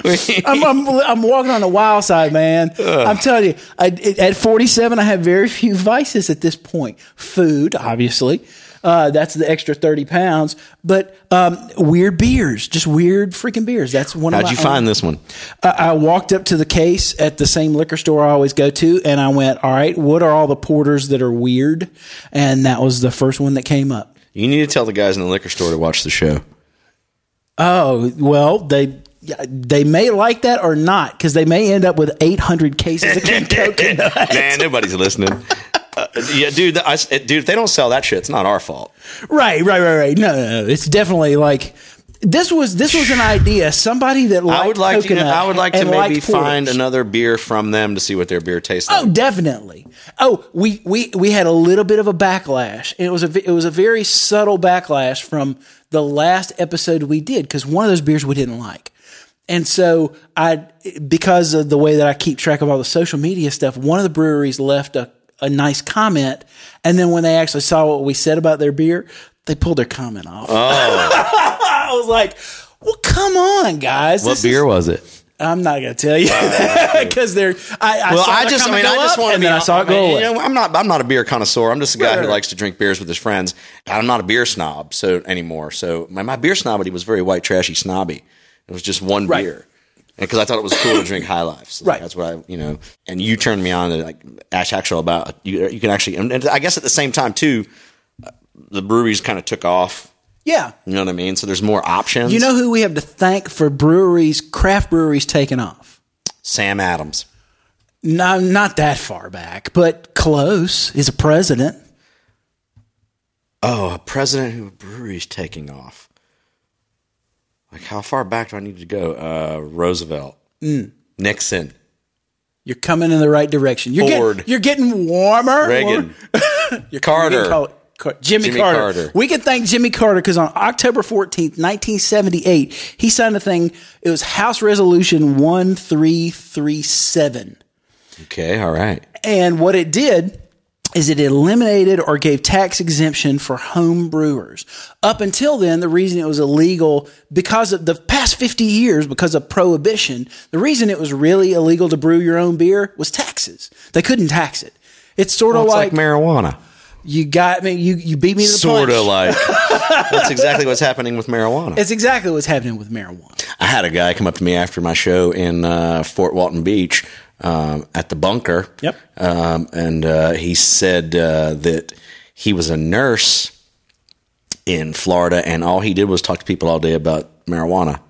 S2: [LAUGHS]
S1: I'm, I'm, I'm walking on the wild side, man. I'm telling you, I, at 47, I have very few vices at this point. Food, obviously. Uh, that's the extra 30 pounds. But um, weird beers, just weird freaking beers. That's one of
S2: How'd
S1: my
S2: you
S1: own-
S2: find this one?
S1: I, I walked up to the case at the same liquor store I always go to, and I went, all right, what are all the porters that are weird? And that was the first one that came up.
S2: You need to tell the guys in the liquor store to watch the show.
S1: Oh well, they they may like that or not because they may end up with 800 cases of
S2: [LAUGHS]
S1: King coconut. [LAUGHS]
S2: Man, nobody's listening. Uh, yeah, dude, I, dude, if they don't sell that shit, it's not our fault.
S1: Right, right, right, right. No, no, no. It's definitely like this was this was an idea. Somebody that liked
S2: I would like to.
S1: coconut
S2: I would like to
S1: and
S2: maybe
S1: liked porters.
S2: find another beer from them to see what their beer tastes like.
S1: Oh, definitely. Oh, we, we we had a little bit of a backlash, and it was a ve- it was a very subtle backlash from the last episode we did because one of those beers we didn't like, and so I because of the way that I keep track of all the social media stuff, one of the breweries left a a nice comment, and then when they actually saw what we said about their beer, they pulled their comment off. [LAUGHS]
S2: Oh.
S1: I was like. Well, come on, guys.
S2: what
S1: This is-
S2: beer was it?
S1: I'm not gonna tell you [LAUGHS] because they're. I, I
S2: Well,
S1: saw
S2: I
S1: their
S2: just. I
S1: comment
S2: mean, I
S1: go
S2: just
S1: up,
S2: want to
S1: and
S2: be.
S1: then I saw it
S2: mean,
S1: go away.
S2: you know, I'm not. I'm not a beer connoisseur. I'm just a guy
S1: Right.
S2: who likes to drink beers with his friends. I'm not a beer snob so anymore. So my, my beer snobbity was very white trashy snobby. It was just one
S1: Right.
S2: beer. Because I thought it was cool to drink High Life, so
S1: Right.
S2: That's what I, you know. And you turned me on to like Ash Actual about you. You can actually, and, and I guess at the same time too, uh, the breweries kind of took off
S1: Yeah.
S2: You know what I mean? So there's more options.
S1: You know who we have to thank for breweries, craft breweries taking off?
S2: Sam Adams.
S1: No, not that far back, but close is a president.
S2: Oh, a president who a brewery's taking off. Like how far back do I need to go? Uh, Roosevelt, Nixon,
S1: You're coming in the right direction. You're
S2: Ford.
S1: Getting, you're getting warmer.
S2: Reagan,
S1: You're
S2: Carter.
S1: Getting col- Car- Jimmy,
S2: Jimmy
S1: Carter.
S2: Carter.
S1: We can thank Jimmy Carter because on October 14th, 1978, he signed a thing. It was House Resolution 1337.
S2: Okay, all right.
S1: And what it did is it eliminated or gave tax exemption for home brewers. Up until then, the reason it was illegal because of the past 50 years, because of prohibition, the reason it was really illegal to brew your own beer was taxes. They couldn't tax it. It's sort of
S2: It's
S1: like,
S2: like, marijuana.
S1: you got me, you, you beat me to the
S2: Sort
S1: punch.
S2: of like that's exactly what's happening with marijuana.
S1: It's exactly what's happening with marijuana.
S2: I had a guy come up to me after my show in uh, Fort Walton Beach um, at the bunker.
S1: Yep.
S2: Um, and uh, he said uh, that he was a nurse in Florida, and all he did was talk to people all day about marijuana.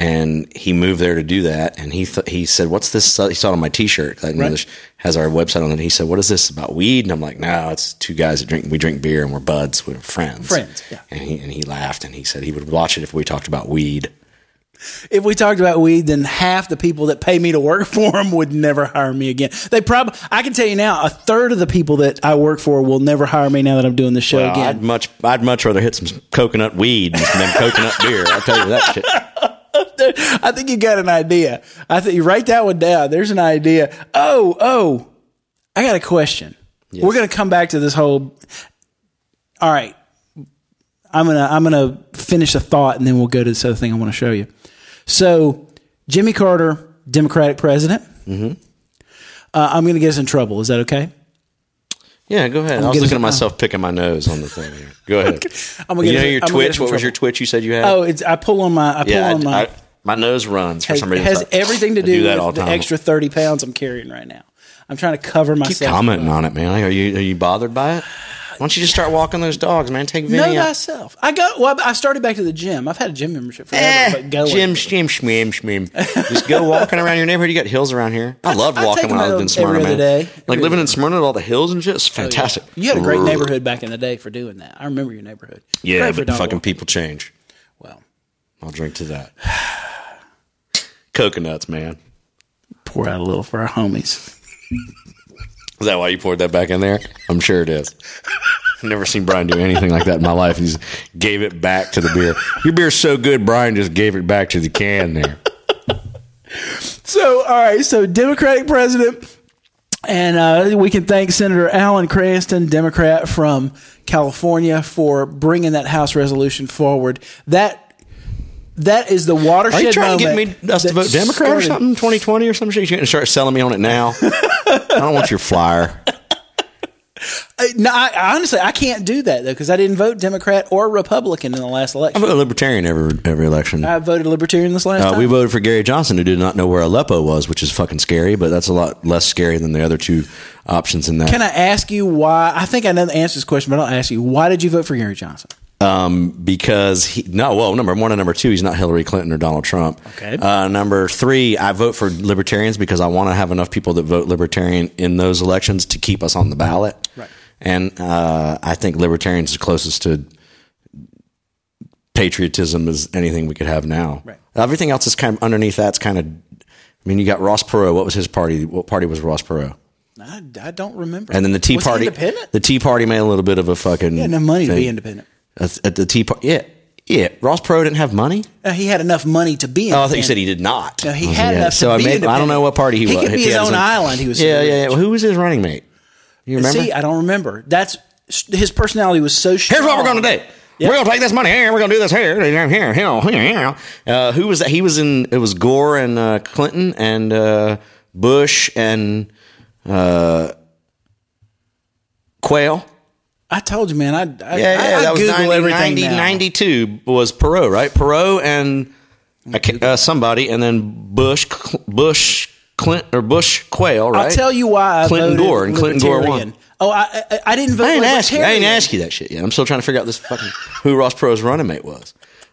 S2: And he moved there to do that. And he th- he said, "What's this?" He saw it on my T-shirt. Like, you know,
S1: Right.
S2: this has our website on it. He said, "What is this about weed?" And I'm like, "No, it's two guys that drink. We drink beer and we're buds. We're friends.
S1: Friends, yeah.
S2: And he and he laughed and he said he would watch it if we talked about weed.
S1: If we talked about weed, then half the people that pay me to work [LAUGHS] for them would never hire me again. They probably, I can tell you now, a third of the people that I work for will never hire me now that I'm doing the show
S2: Well, I'd
S1: again.
S2: much, I'd much rather hit some coconut weed than coconut beer. I'll tell you that shit.
S1: I think you got an idea. I think you write that one down. There's an idea. Oh, oh, I got a question. We're going to come back to this whole. All right. I'm going to, I'm going to finish a thought and then we'll go to this other thing I want to show you. So Jimmy Carter, Democratic president. Mm-hmm. Uh, I'm going to get us in trouble. Is that okay?
S2: Yeah, go ahead. i was
S1: getting
S2: looking at
S1: some- uh,
S2: myself picking my nose on the thing here. Go ahead.
S1: [LAUGHS] I'm gonna
S2: you
S1: get
S2: know
S1: in-
S2: your
S1: I'm gonna get
S2: Twitch?
S1: in
S2: What was
S1: trouble.
S2: your Twitch you said you had?
S1: Oh, it's I pull on my I pull
S2: yeah.
S1: on
S2: I,
S1: my
S2: I- my nose runs for
S1: has,
S2: some reason.
S1: has
S2: So I-
S1: everything to
S2: I
S1: do,
S2: that all
S1: with the
S2: time.
S1: extra 30 pounds I'm carrying right now. I'm trying to cover myself.
S2: Commenting on it, man. Like, are you are you bothered by it? Why don't you just start walking those dogs, man? Take
S1: Know
S2: Vinny out.
S1: thyself. I go. Well, I started back to the gym. I've had a gym membership forever,
S2: Eh,
S1: but going.
S2: Jim, Jim, shmim, shmim. Just go walking around your neighborhood. You got hills around here. I loved
S1: I
S2: walking
S1: take
S2: when
S1: my
S2: I lived in
S1: own
S2: Smyrna,
S1: every
S2: man.
S1: other day.
S2: Like
S1: Every
S2: living in Smyrna with all the hills and shit. It's fantastic.
S1: You had a great neighborhood back in the day for doing that. I remember your neighborhood.
S2: Yeah,
S1: Great for
S2: but
S1: dog
S2: fucking
S1: walking.
S2: people change.
S1: well,
S2: I'll drink to that. [SIGHS] Coconuts, man.
S1: pour out a little for our homies.
S2: Is that why you poured that back in there? I'm sure it is. [LAUGHS] I've never seen Brian do anything like that in my life. He just gave it back to the beer. Your beer's so good, Brian just gave it back to the can there.
S1: So, all right. So, Democratic president, and uh, we can thank Senator Alan Cranston, Democrat from California, for bringing that House resolution forward. That that is the watershed
S2: Are you trying to get
S1: moment
S2: me us to
S1: that
S2: vote Democrat or
S1: started-
S2: something? 2020 or some shit? You gonna start selling me on
S1: [LAUGHS]
S2: it now? I don't want your flyer.
S1: Uh, No, I, I honestly, I can't do that though because I didn't vote Democrat or Republican in the last
S2: I
S1: election.
S2: vote Libertarian every every election.
S1: I voted Libertarian this last
S2: Uh,
S1: time.
S2: we voted for Gary Johnson, who did not know where Aleppo was, which is fucking scary, but that's a lot less scary than the other two options in that.
S1: Can I ask you why? I think I know the answer to this question, but I'll ask you. Why did you vote for Gary Johnson?
S2: because he no well number one and number two he's not Hillary Clinton or Donald Trump.
S1: Okay.
S2: Uh, number three, I vote for libertarians because I want to have enough people that vote libertarian in those elections to keep us on the ballot.
S1: Right.
S2: And uh, I think libertarians is closest to patriotism as anything we could have now.
S1: Right.
S2: Everything else is kind of underneath that's kind of. I mean, you got Ross Perot. What was his party? What party was Ross Perot?
S1: I, I don't remember.
S2: And then the Tea
S1: Was he
S2: Party.
S1: independent.
S2: The Tea Party made a little bit of a fucking.
S1: He had enough money to
S2: thing.
S1: be independent.
S2: At at the Tea Party. Yeah. Yeah. Ross Perot didn't have money.
S1: Uh, he had enough money to be.
S2: Oh, I
S1: Independent.
S2: thought you said he did not. Oh,
S1: No, he had
S2: yeah.
S1: enough
S2: So
S1: to
S2: I,
S1: be
S2: made, I don't
S1: independent.
S2: know what party he,
S1: He
S2: was.
S1: could
S2: If
S1: be his
S2: had
S1: own island, he was
S2: yeah,
S1: super
S2: yeah, yeah. Who was his running mate? You remember?
S1: See, I don't remember. That's his personality was so. Strong.
S2: Here's what we're going
S1: Oh.
S2: to do. We're going to take this money here. We're going to do this here, here, here, here, here. Uh, who was that? He was in. It was Gore and uh, Clinton and uh, Bush and uh, Quayle.
S1: I told you, man. I, I
S2: Yeah, yeah,
S1: I, I
S2: that was
S1: Google
S2: 90,
S1: everything
S2: 90,
S1: now.
S2: 92 was Perot, right? Perot and I can't- uh, somebody, and then Bush, Cl- Bush, Clint or Bush Quayle, right?
S1: I'll tell you why I
S2: Clinton
S1: voted
S2: Gore and Clinton Gore
S1: Libertarian.
S2: won.
S1: Oh, I, I, I didn't vote.
S2: I ain't ask you. I ain't
S1: Libertarian.
S2: ask you that shit yet. I'm still trying to figure out this fucking who Ross Perot's running mate was.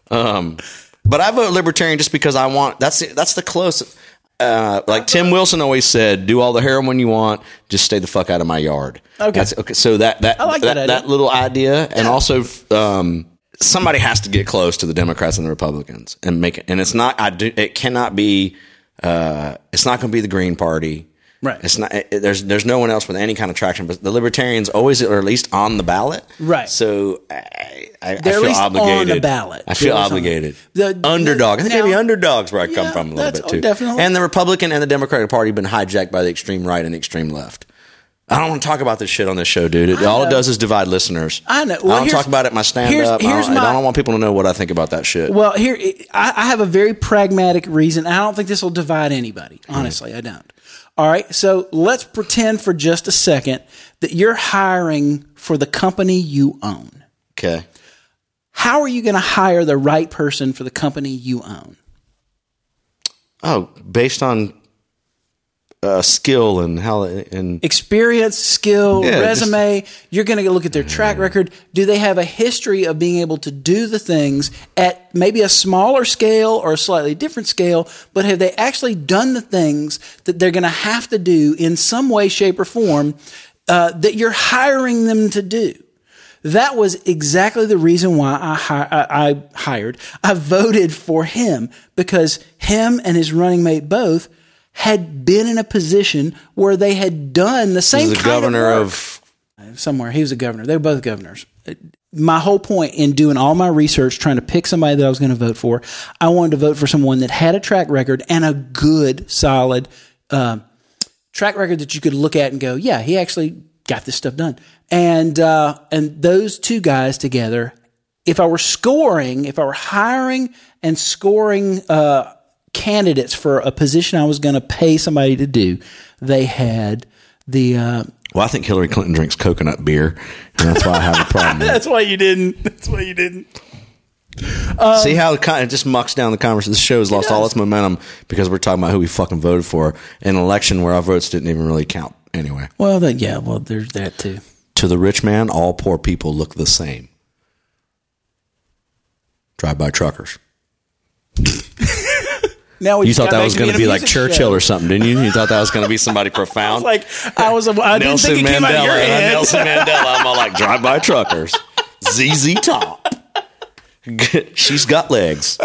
S2: Um, but I vote Libertarian just because I want. That's it, that's the closest. Uh, like Tim Wilson always said, do all the heroin you want, just stay the fuck out of my yard.
S1: Okay.
S2: That's, okay. So that that
S1: like that
S2: that,
S1: idea.
S2: that little idea, and also um, somebody has to get close to the Democrats and the Republicans and make it. And it's not. I do. It cannot be. Uh, it's not going to be the Green Party.
S1: Right.
S2: It's not it, there's there's no one else with any kind of traction, but the libertarians always are at least on the ballot.
S1: Right.
S2: So I, I,
S1: They're
S2: I
S1: at
S2: feel
S1: least on the
S2: obligated.
S1: ballot.
S2: I feel
S1: They're on the-
S2: obligated.
S1: The-
S2: underdog. I think
S1: now-
S2: maybe underdogs where I come
S1: Yeah,
S2: from a little
S1: that's-
S2: bit too.
S1: oh, definitely.
S2: And the Republican and the Democratic Party have been hijacked by the extreme right and extreme left. I don't want to talk about this shit on this show, dude. It, all it
S1: know.
S2: does is divide listeners.
S1: I know.
S2: I
S1: Well,
S2: don't
S1: here's-
S2: talk about it in my stand
S1: here's-
S2: up.
S1: here's
S2: I, don't,
S1: my-
S2: I don't want people to know what I think about that shit.
S1: Well, here I, I have a very pragmatic reason. I don't think this will divide anybody.
S2: Mm.
S1: Honestly, I don't. All right, so let's pretend for just a second that you're hiring for the company you own.
S2: Okay.
S1: How are you going to hire the right person for the company you own?
S2: Oh, based on uh, skill and how and
S1: Experience, skill,
S2: Yeah,
S1: resume. you're going to look at their track record. Do they have a history of being able to do the things at maybe a smaller scale or a slightly different scale? But have they actually done the things that they're going to have to do in some way, shape, or form uh, that you're hiring them to do? That was exactly the reason why I, hi- I, I hired. I voted for him because him and his running mate both had been in a position where they had done the same.
S2: He's the
S1: kind
S2: governor
S1: of, work
S2: of
S1: somewhere. He was a governor. They were both governors. My whole point in doing all my research, trying to pick somebody that I was going to vote for, I wanted to vote for someone that had a track record and a good, solid um track record that you could look at and go, "Yeah, he actually got this stuff done." And uh, and those two guys together, if I were scoring, if I were hiring and scoring uh, candidates for a position I was going to pay somebody to do, they had the. Uh,
S2: Well, I think Hillary Clinton drinks coconut beer, and that's why I have a problem. with
S1: That's why you didn't. That's why you didn't.
S2: it. [LAUGHS] See how it kind of just mucks down the conversation. The show's lost all its momentum because we're talking about who we fucking voted for in an election where our votes didn't even really count anyway.
S1: Well, that yeah. Well, there's that too.
S2: To the rich man, all poor people look the same. Drive by truckers.
S1: Now we
S2: You
S1: just got
S2: thought that
S1: back
S2: was
S1: to
S2: going
S1: being
S2: to be
S1: a
S2: like
S1: music show.
S2: Churchill or something, didn't you? You thought that was going to be
S1: [LAUGHS]
S2: somebody profound.
S1: Like I was. I didn't
S2: Nelson
S1: think it came out of your
S2: Mandela.
S1: head.
S2: Nelson Mandela. I'm all like drive by truckers. ZZ Top. [LAUGHS] She's got legs.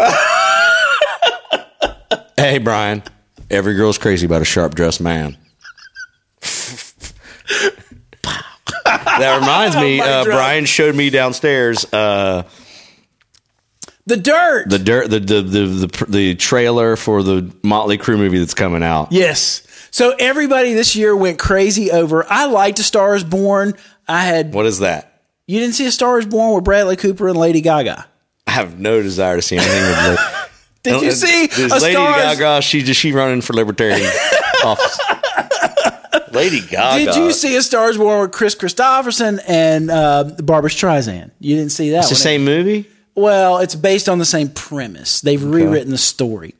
S2: hey, Brian. Every girl's crazy about a sharp dressed man. that
S1: [LAUGHS]
S2: reminds me,
S1: Mic
S2: uh,
S1: drop.
S2: Brian showed me downstairs uh,
S1: The dirt.
S2: the dirt, the the, the the the trailer for the Motley Crue movie that's coming out.
S1: yes. So everybody this year went crazy over. I liked A Star Is Born. I had.
S2: What is that?
S1: You didn't see A Star Is Born with Bradley Cooper and Lady Gaga.
S2: I have no desire to see anything with Luke. [LAUGHS]
S1: Did you
S2: Uh,
S1: see
S2: this
S1: A
S2: Lady
S1: Star Is-
S2: Gaga? She just she running for [LAUGHS] libertarian office. Lady Gaga.
S1: Did you see A Star Is Born with Chris Christopherson and uh, Barbara Streisand? You didn't see that.
S2: It's the
S1: one.
S2: same movie.
S1: Well, it's based on the same premise. They've rewritten the story.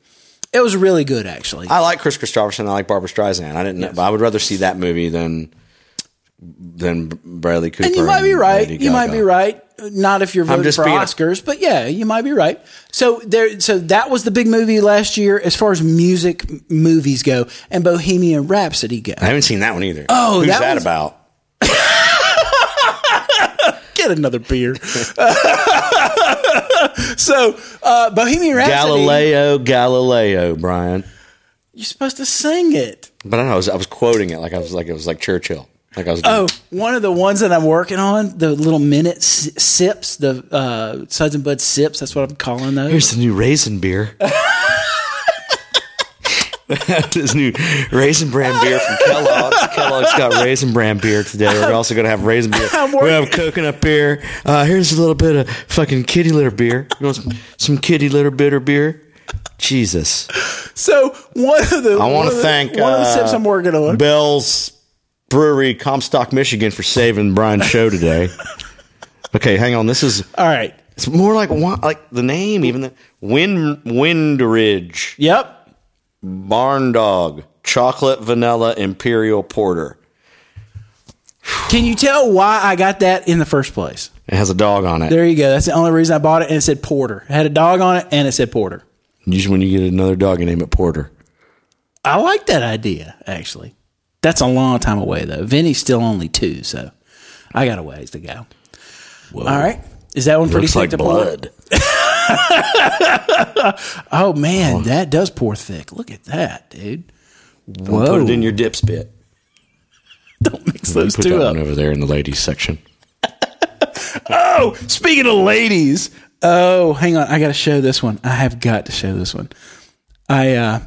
S1: It was really good, actually.
S2: I like Chris Christopherson. I like Barbara Streisand. I didn't. know but I would rather see that movie than than Bradley Cooper.
S1: And you might be right.
S2: Lady
S1: You might
S2: Gaga.
S1: be right. Not if you're voting
S2: just
S1: for
S2: being a-
S1: Oscars, but yeah, you might be right. So there, so that was the big movie last year as far as music m- movies go, and Bohemian Rhapsody go.
S2: I haven't seen that one either. Oh, who's
S1: that
S2: that,
S1: one's-
S2: about?
S1: Get another
S2: [LAUGHS]
S1: beer. [LAUGHS] so uh, Bohemian Rhapsody,
S2: Galileo, Galileo, Brian.
S1: you're supposed to sing it.
S2: But I don't know. I was, I was quoting it like I was like it was like Churchill. Like I was. Doing,
S1: Oh, one of the ones that I'm working on, the little minute s- sips, the uh, suds and buds sips. That's what I'm calling those.
S2: Here's the new raisin
S1: [LAUGHS]
S2: beer. this new raisin bran beer from Kellogg's. Kellogg's got raisin bran beer today. We're also going to have raisin beer.
S1: [LAUGHS] I'm
S2: We have
S1: working-
S2: coconut beer. Uh, here's a little bit of fucking kitty litter beer. You want some, some kitty litter bitter beer? Jesus.
S1: so one of the
S2: I
S1: one
S2: want
S1: of
S2: to
S1: the-
S2: thank
S1: one of the
S2: uh,
S1: sips I'm working on.
S2: Bell's Brewery, Comstock, Michigan, for saving Brian's
S1: [LAUGHS]
S2: show today. Okay, hang on. This is
S1: All right.
S2: it's more like wa- like the name, even the Wind Windridge.
S1: Yep.
S2: Barn Dog Chocolate Vanilla Imperial Porter.
S1: Can you tell why I got that in the first place?
S2: It has a dog on it.
S1: There you go. That's the only reason I bought it, and it said Porter. It had a dog on it, and it said Porter.
S2: Usually, when you get another dog, you name it Porter.
S1: I like that idea actually. That's a long time away though. Vinny's still only two, so I got a ways to go. All right. Is that one pretty
S2: Looks
S1: thick
S2: like
S1: to pour?
S2: blood.
S1: Oh man, that does pour thick. Look at that, dude.
S2: And we'll Put it in your dip spit.
S1: Don't mix
S2: We'll
S1: those
S2: put
S1: two
S2: that
S1: up.
S2: one over there in the ladies section.
S1: Oh, speaking of ladies. Oh, hang on. I got to show this one. I have got to show this one. I, uh,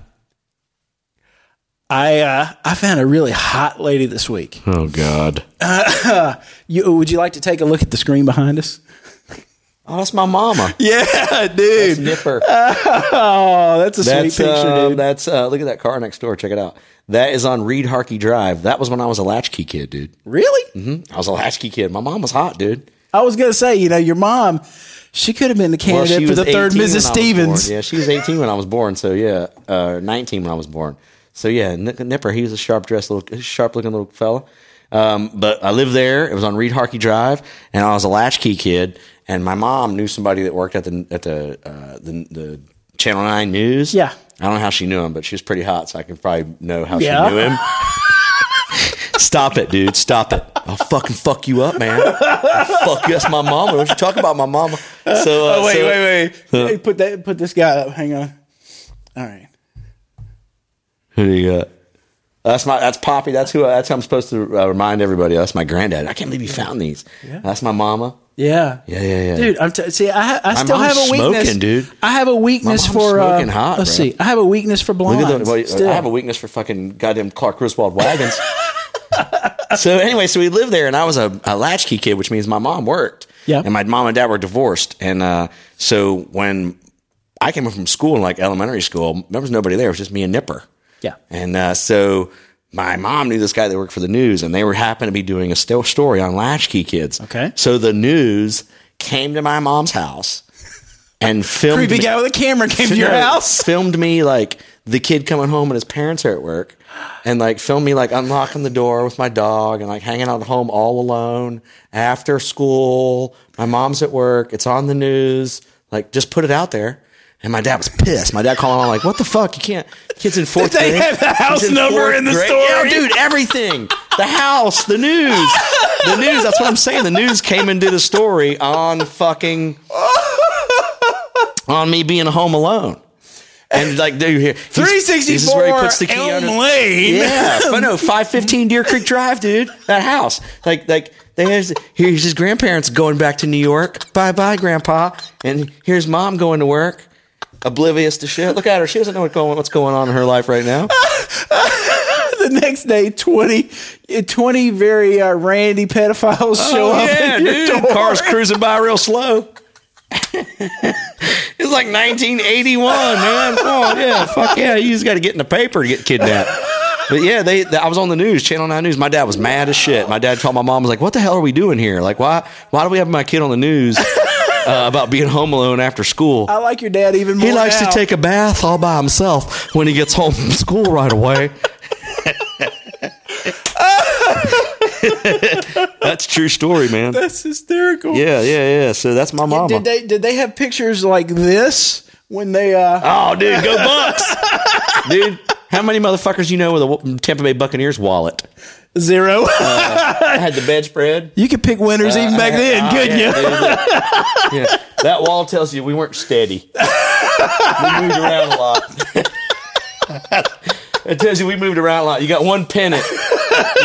S1: I, uh, I found a really hot lady this week.
S2: Oh God.
S1: You, would you like to take a look at the screen behind us?
S2: Oh, that's my mama. [LAUGHS]
S1: Yeah, dude.
S2: Nipper.
S1: Oh, that's a
S2: That's
S1: sweet picture,
S2: uh,
S1: dude.
S2: that's uh, look at that car next door. Check it out. That is on Reed Harkey Drive. That was when I was a latchkey kid, dude.
S1: Really?
S2: I was a latchkey kid. My mom was hot, dude.
S1: I was gonna say, you know, your mom, she could have been the
S2: Well,
S1: candidate
S2: she
S1: for
S2: was
S1: the third
S2: 18 when I
S1: Mrs.
S2: was
S1: Stevens.
S2: born. Yeah, she was 18 when I was born. So yeah, uh, 19 when I was born. So yeah, N- Nipper. He was a sharp dressed, little, sharp looking little fella. Um, but I lived there. It was on Reed Harkey Drive, and I was a latchkey kid. And my mom knew somebody that worked at the at the uh, the, the Channel Nine News.
S1: Yeah.
S2: I don't know how she knew him, but she was pretty hot, so I can probably know how
S1: Yeah.
S2: she knew him. Stop it, dude. Stop it. I'll fucking fuck you up, man. I'll fuck you. That's my mama. Don't you talk about my mama. So, uh,
S1: Oh, wait,
S2: so-
S1: wait,
S2: [LAUGHS]
S1: wait, Hey, put that, put this guy up. Hang on. All right.
S2: Who do you got? That's my that's Poppy. That's who that's how I'm supposed to uh, remind everybody. That's my granddad. I can't believe you found these. That's my mama.
S1: Yeah.
S2: Yeah, yeah, yeah.
S1: Dude, I'm t- see. I, ha- I still
S2: mom's
S1: have a weakness,
S2: smoking, dude.
S1: I have a weakness
S2: mom's
S1: for. Uh,
S2: smoking hot,
S1: let's
S2: bro.
S1: see. I have a weakness for
S2: Look
S1: blondes.
S2: at the, well,
S1: still.
S2: I have a weakness for fucking goddamn Clark Griswold wagons. [LAUGHS] so anyway, so we lived there, and I was a, a latchkey kid, which means my mom worked.
S1: Yeah.
S2: And my mom and dad were divorced, and uh, so when I came from school, like elementary school, there was nobody there. It was just me and Nipper.
S1: yeah.
S2: And uh, so my mom knew this guy that worked for the news, and they were happened to be doing a st- story on latchkey kids.
S1: Okay.
S2: So the news came to my mom's house
S1: [LAUGHS]
S2: and filmed
S1: Creepy
S2: me-
S1: guy with a
S2: [LAUGHS]
S1: camera came to
S2: no,
S1: your house. [LAUGHS]
S2: filmed me like the kid coming home and his parents are at work, and like filmed me like unlocking the door with my dog and like hanging out at home all alone after school. My mom's at work. It's on the news. Like just put it out there. And my dad was pissed. My dad called him like, "What the fuck? You can't." Kids in fourth
S1: they
S2: grade.
S1: have the
S2: Kids
S1: house
S2: in
S1: number
S2: fourth
S1: in the
S2: grade.
S1: story?
S2: Yeah, dude. Everything. The house. The news. The news. That's what I'm saying. The news came and did a story on fucking on me being home alone. And like do you hear
S1: Three sixty four Elm Lane.
S2: Yeah, but no, five fifteen Deer Creek Drive, dude. That house, like, like there's here's his grandparents going back to New York. Bye, bye, Grandpa. And here's Mom going to work, oblivious to shit. Look at her; she doesn't know what's going what's going on in her life right now.
S1: The next day, 20, 20 very uh, randy pedophiles show up at your door.
S2: Oh, Car's cruising by real slow. [LAUGHS] it's like 1981, man. Oh yeah, fuck yeah. You just got to get in the paper to get kidnapped. But yeah, they, I was on the news, Channel Nine News. My dad was mad as shit. My dad called my mom, was like, "What the hell are we doing here? Like, why, why do we have my kid on the news uh, [LAUGHS] about being home alone after school?"
S1: [LAUGHS] I like your dad even more.
S2: He likes
S1: now.
S2: to take a bath all by himself when he gets home from school right away. [LAUGHS] That's a true story, man.
S1: That's hysterical.
S2: Yeah, yeah, yeah. So that's my mama.
S1: Did they did they have pictures like this when they uh
S2: oh, dude, go Bucks, [LAUGHS] dude. How many motherfuckers you know with a wa- Tampa Bay Buccaneers [LAUGHS] wallet?
S1: zero?
S2: uh, I had the bedspread.
S1: [LAUGHS] you could pick
S2: uh,
S1: winners even back
S2: Oh,
S1: then, couldn't you? [LAUGHS]
S2: you? That wall tells you we weren't steady. we moved around a lot. [LAUGHS] it tells you we moved around a lot. You got one pennant,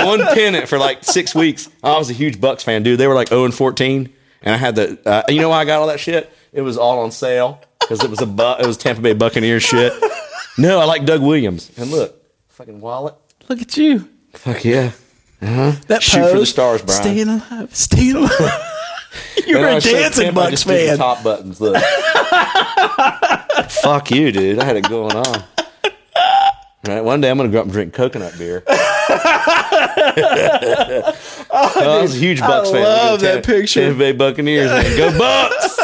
S2: one pennant for like six weeks. I was a huge Bucks fan, dude. They were like zero and fourteen, and I had the. Uh, you know why I got all that shit? It was all on sale because it was a bu- it was Tampa Bay Buccaneers shit. No, I like Doug Williams, and look, fucking wallet.
S1: Look at you.
S2: Fuck yeah.
S1: That
S2: Shoot for the
S1: pose.
S2: stars, Brian.
S1: Staying alive. Staying
S2: [LAUGHS]
S1: alive. You're
S2: And I
S1: a
S2: said,
S1: dancing
S2: "Tim, I
S1: Bucks
S2: just did the
S1: fan.
S2: Top buttons.
S1: [LAUGHS]
S2: Look. Fuck you, dude. I had it going on. All right, one day I'm gonna go up and drink
S1: [LAUGHS]
S2: coconut beer. Oh, I was a huge Bucks fan.
S1: love
S2: Tampa-
S1: that picture.
S2: Tampa Bay Buccaneers.
S1: [LAUGHS]
S2: Man. Go Bucks!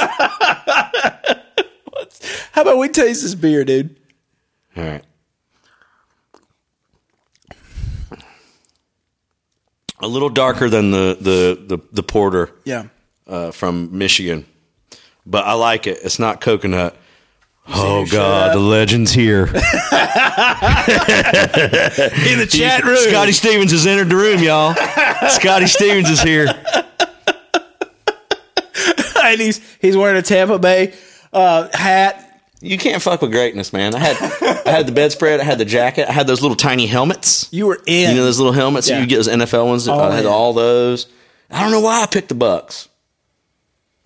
S1: How about we taste this beer, dude?
S2: All right. A little darker than the the the, the porter.
S1: [LAUGHS] Yeah.
S2: uh, from Michigan, but I like it. It's not coconut. Oh God, the legend's
S1: [LAUGHS]
S2: here. [LAUGHS]
S1: In the chat room.
S2: Scotty Stevens has entered the room, y'all. Scotty Stevens is here.
S1: and he's he's wearing a Tampa Bay uh, hat.
S2: you can't fuck with greatness, man. I had I had the bedspread, I had the jacket, I had those little tiny helmets.
S1: You were in.
S2: You know those little helmets
S1: Yeah.
S2: that you get those NFL ones.
S1: Oh,
S2: I had
S1: yeah.
S2: all those. I don't know why I picked the Bucks.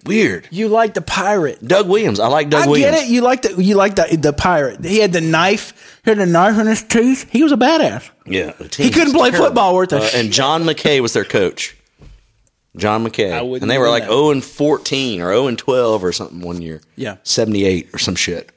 S2: Weird.
S1: you liked the pirate.
S2: Doug Williams. I like Doug
S1: I
S2: Williams.
S1: get it. You liked the you liked the, the pirate. He had the knife. He had a knife in his teeth. He was a badass.
S2: Yeah,
S1: He couldn't play football worth a
S2: uh, And John McKay was their coach. John McKay,
S1: I wouldn't
S2: and they were
S1: know
S2: like
S1: that.
S2: zero and fourteen or zero and twelve or something one year.
S1: Yeah.
S2: seventy eight or some shit.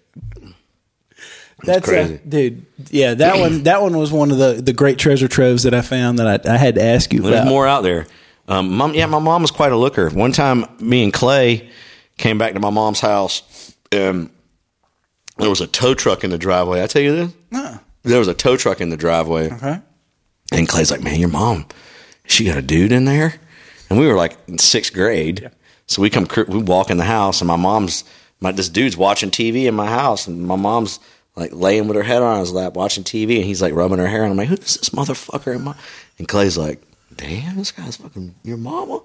S1: That's
S2: crazy.
S1: A, dude. Yeah, that one that one was one of the the great treasure troves that I found that I, I had to ask you
S2: There's
S1: about.
S2: more out there. Um, mom, yeah, my mom was quite a looker. One time, me and Clay came back to my mom's house, and there was a tow truck in the driveway. I tell you this, there was a tow truck in the driveway.
S1: Okay.
S2: And Clay's like, man, your mom, she got a dude in there. And we were like in sixth grade. So we come, cr- we walk in the house and my mom's, my, this dude's watching TV in my house. And my mom's like laying with her head on his lap watching TV. And he's like rubbing her hair. And I'm like, who's this motherfucker? in my-" And Clay's like, damn, this guy's fucking your mama.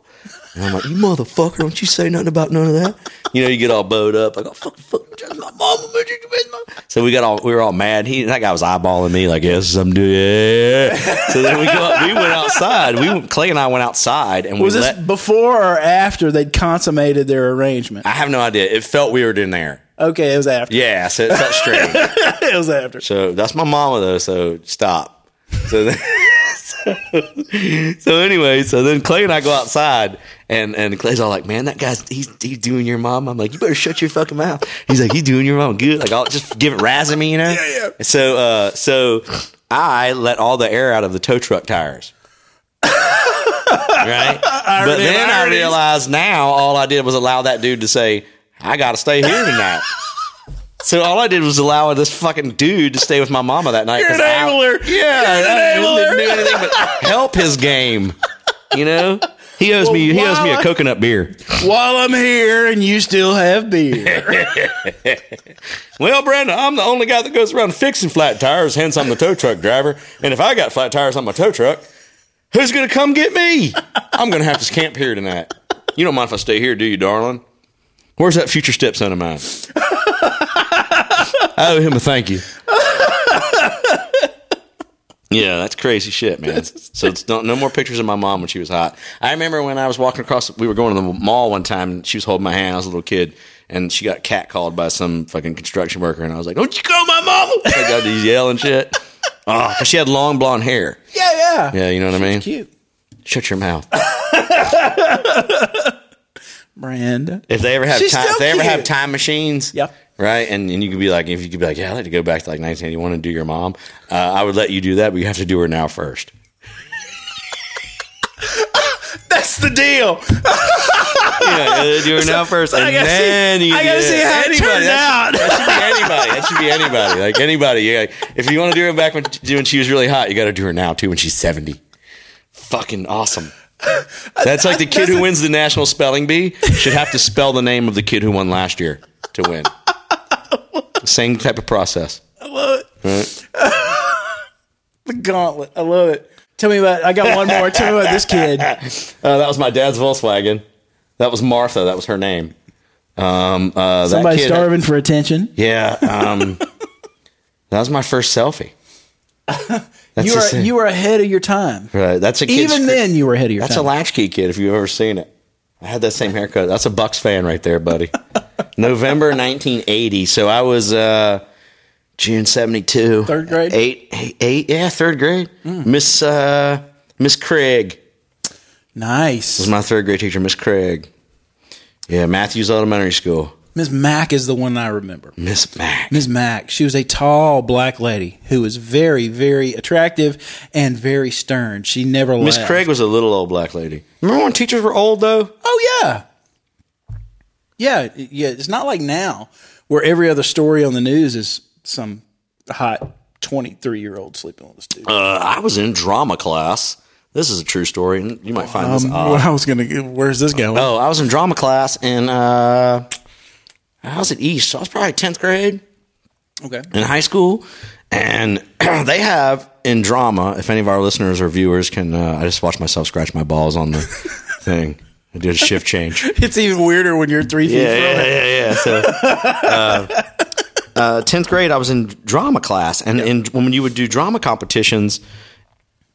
S2: And I'm like, you motherfucker, don't you say nothing about none of that. You know, you get all bowed up. Like, oh, fuck, fuck, that's my mama, bitch, you bitch, my-" So we got all, we were all mad. He, that guy was eyeballing me like, yes, I'm doing yeah. So then we go up, we went outside. We, went- Clay and I went outside and we
S1: Was this
S2: let,
S1: before or after they'd consummated their arrangement?
S2: I have no idea. It felt weird in there.
S1: Okay, it was after.
S2: Yeah. So it felt strange.
S1: [LAUGHS] it was after.
S2: So that's my mama though. So stop. So then, [LAUGHS] so, so anyway, so then Clay and I go outside, and and Clay's all like, "Man, that guy's he's he's doing your mom." I'm like, "You better shut your fucking mouth." He's like, "He's doing your mom good." Like, I'll just give it razzing me, you know?
S1: Yeah, yeah.
S2: So uh, so I let all the air out of the tow truck tires.
S1: [LAUGHS]
S2: right, but then I
S1: ironies.
S2: realized now all I did was allow that dude to say, "I got to stay here tonight." So all I did was allow this fucking dude to stay with my mama that night.
S1: You're
S2: 'cause
S1: an
S2: I-
S1: enabler.
S2: yeah,
S1: You're an
S2: I didn't
S1: enabler.
S2: do anything but help his game. You know, he owes me. He owes me
S1: why-
S2: a coconut beer.
S1: While I'm here and you still have
S2: [LAUGHS]
S1: beer.
S2: Well, Brandon, I'm the only guy that goes around fixing flat tires. Hence, I'm the tow truck driver. And if I got flat tires on my tow truck, who's gonna come get me? I'm gonna have to camp here tonight. You don't mind if I stay here, do you, darling? Where's that future stepson of mine? I owe him a thank you. Yeah, that's crazy
S1: [LAUGHS]
S2: shit, man. So it's no, no more pictures of my mom when she was hot. I remember when I was walking across, we were going to the mall one time, and she was holding my hand. I was a little kid, and she got catcalled by some fucking construction worker, and I was like, "Don't you call my mama!" [LAUGHS] I got these yelling shit.
S1: [LAUGHS]
S2: Oh, 'cause she had long blonde hair.
S1: yeah, yeah.
S2: Yeah, you know what I mean.
S1: Cute.
S2: Shut
S1: [LAUGHS]
S2: your mouth.
S1: Brand.
S2: If they ever have
S1: She's
S2: time,
S1: still
S2: if they ever
S1: cute.
S2: have time machines,
S1: Yep.
S2: right? And and you could be like, if you could be like, yeah, I'd like to go back to like 1981 and do your mom. Uh, I would let you do that, but you have to do her now first.
S1: That's the deal.
S2: Yeah, you do her now first, and
S1: I gotta
S2: then
S1: see,
S2: you
S1: I gotta
S2: do
S1: see how it turned out.
S2: That should, that should be anybody. That should be anybody. Like anybody. You're like, if you want to do her back when, when she was really hot, you got to do her now too when she's 70. Fucking awesome. That's like the kid who wins the national spelling bee should have to spell the name of the kid who won last year to win. Same type of process.
S1: [LAUGHS] I love it. the gauntlet. I love it. Tell me about I got one more. Tell me about this kid.
S2: Uh, that was my dad's Volkswagen. That was Martha. That was her name. Um, uh, that
S1: Somebody
S2: kid-
S1: starving for attention.
S2: Yeah. Um, [LAUGHS] that was my first
S1: [LAUGHS]
S2: selfie. That's
S1: You
S2: a
S1: are
S2: sin.
S1: you are ahead of your time.
S2: Right, that's a kid's
S1: Even
S2: cr-
S1: then you were ahead of your
S2: That's a
S1: time.
S2: latchkey kid. If you've ever seen it, I had that same haircut. That's a Bucks fan right there,
S1: [LAUGHS]
S2: buddy. November 1980. So I was uh, June 72.
S1: Third grade? Mm.
S2: Eight, eight, eight yeah, third grade. Miss uh, Miss Craig
S1: nice.
S2: was my third grade teacher. Miss Craig. Yeah, Matthews Elementary School.
S1: Miss Mack is the one I remember.
S2: Miss Mac.
S1: Miss Mack, she was a tall black lady who was very, very attractive and very stern. She never
S2: Miss
S1: laughed.
S2: Craig was a little old black lady. Remember when teachers were old though?
S1: Oh yeah, yeah, yeah. It's not like now where every other story on the news is some hot twenty-three-year-old sleeping with a dude.
S2: Uh, I was in drama class. This is a true story, and you might find this odd.
S1: Well, Um, I was gonna. Where's this going?
S2: Oh, I was in drama class, and uh, I was at East. So I was probably tenth grade
S1: Okay.
S2: in high school, and [CLEARS THROAT] they have in drama. If any of our listeners or viewers can, uh, I just watched myself scratch my balls on [LAUGHS] the thing. I did a shift [LAUGHS] change.
S1: It's even weirder when you're three feet
S2: yeah, yeah, yeah, yeah. So, uh, uh, 10th grade, I was in drama class. And in, when you would do drama competitions,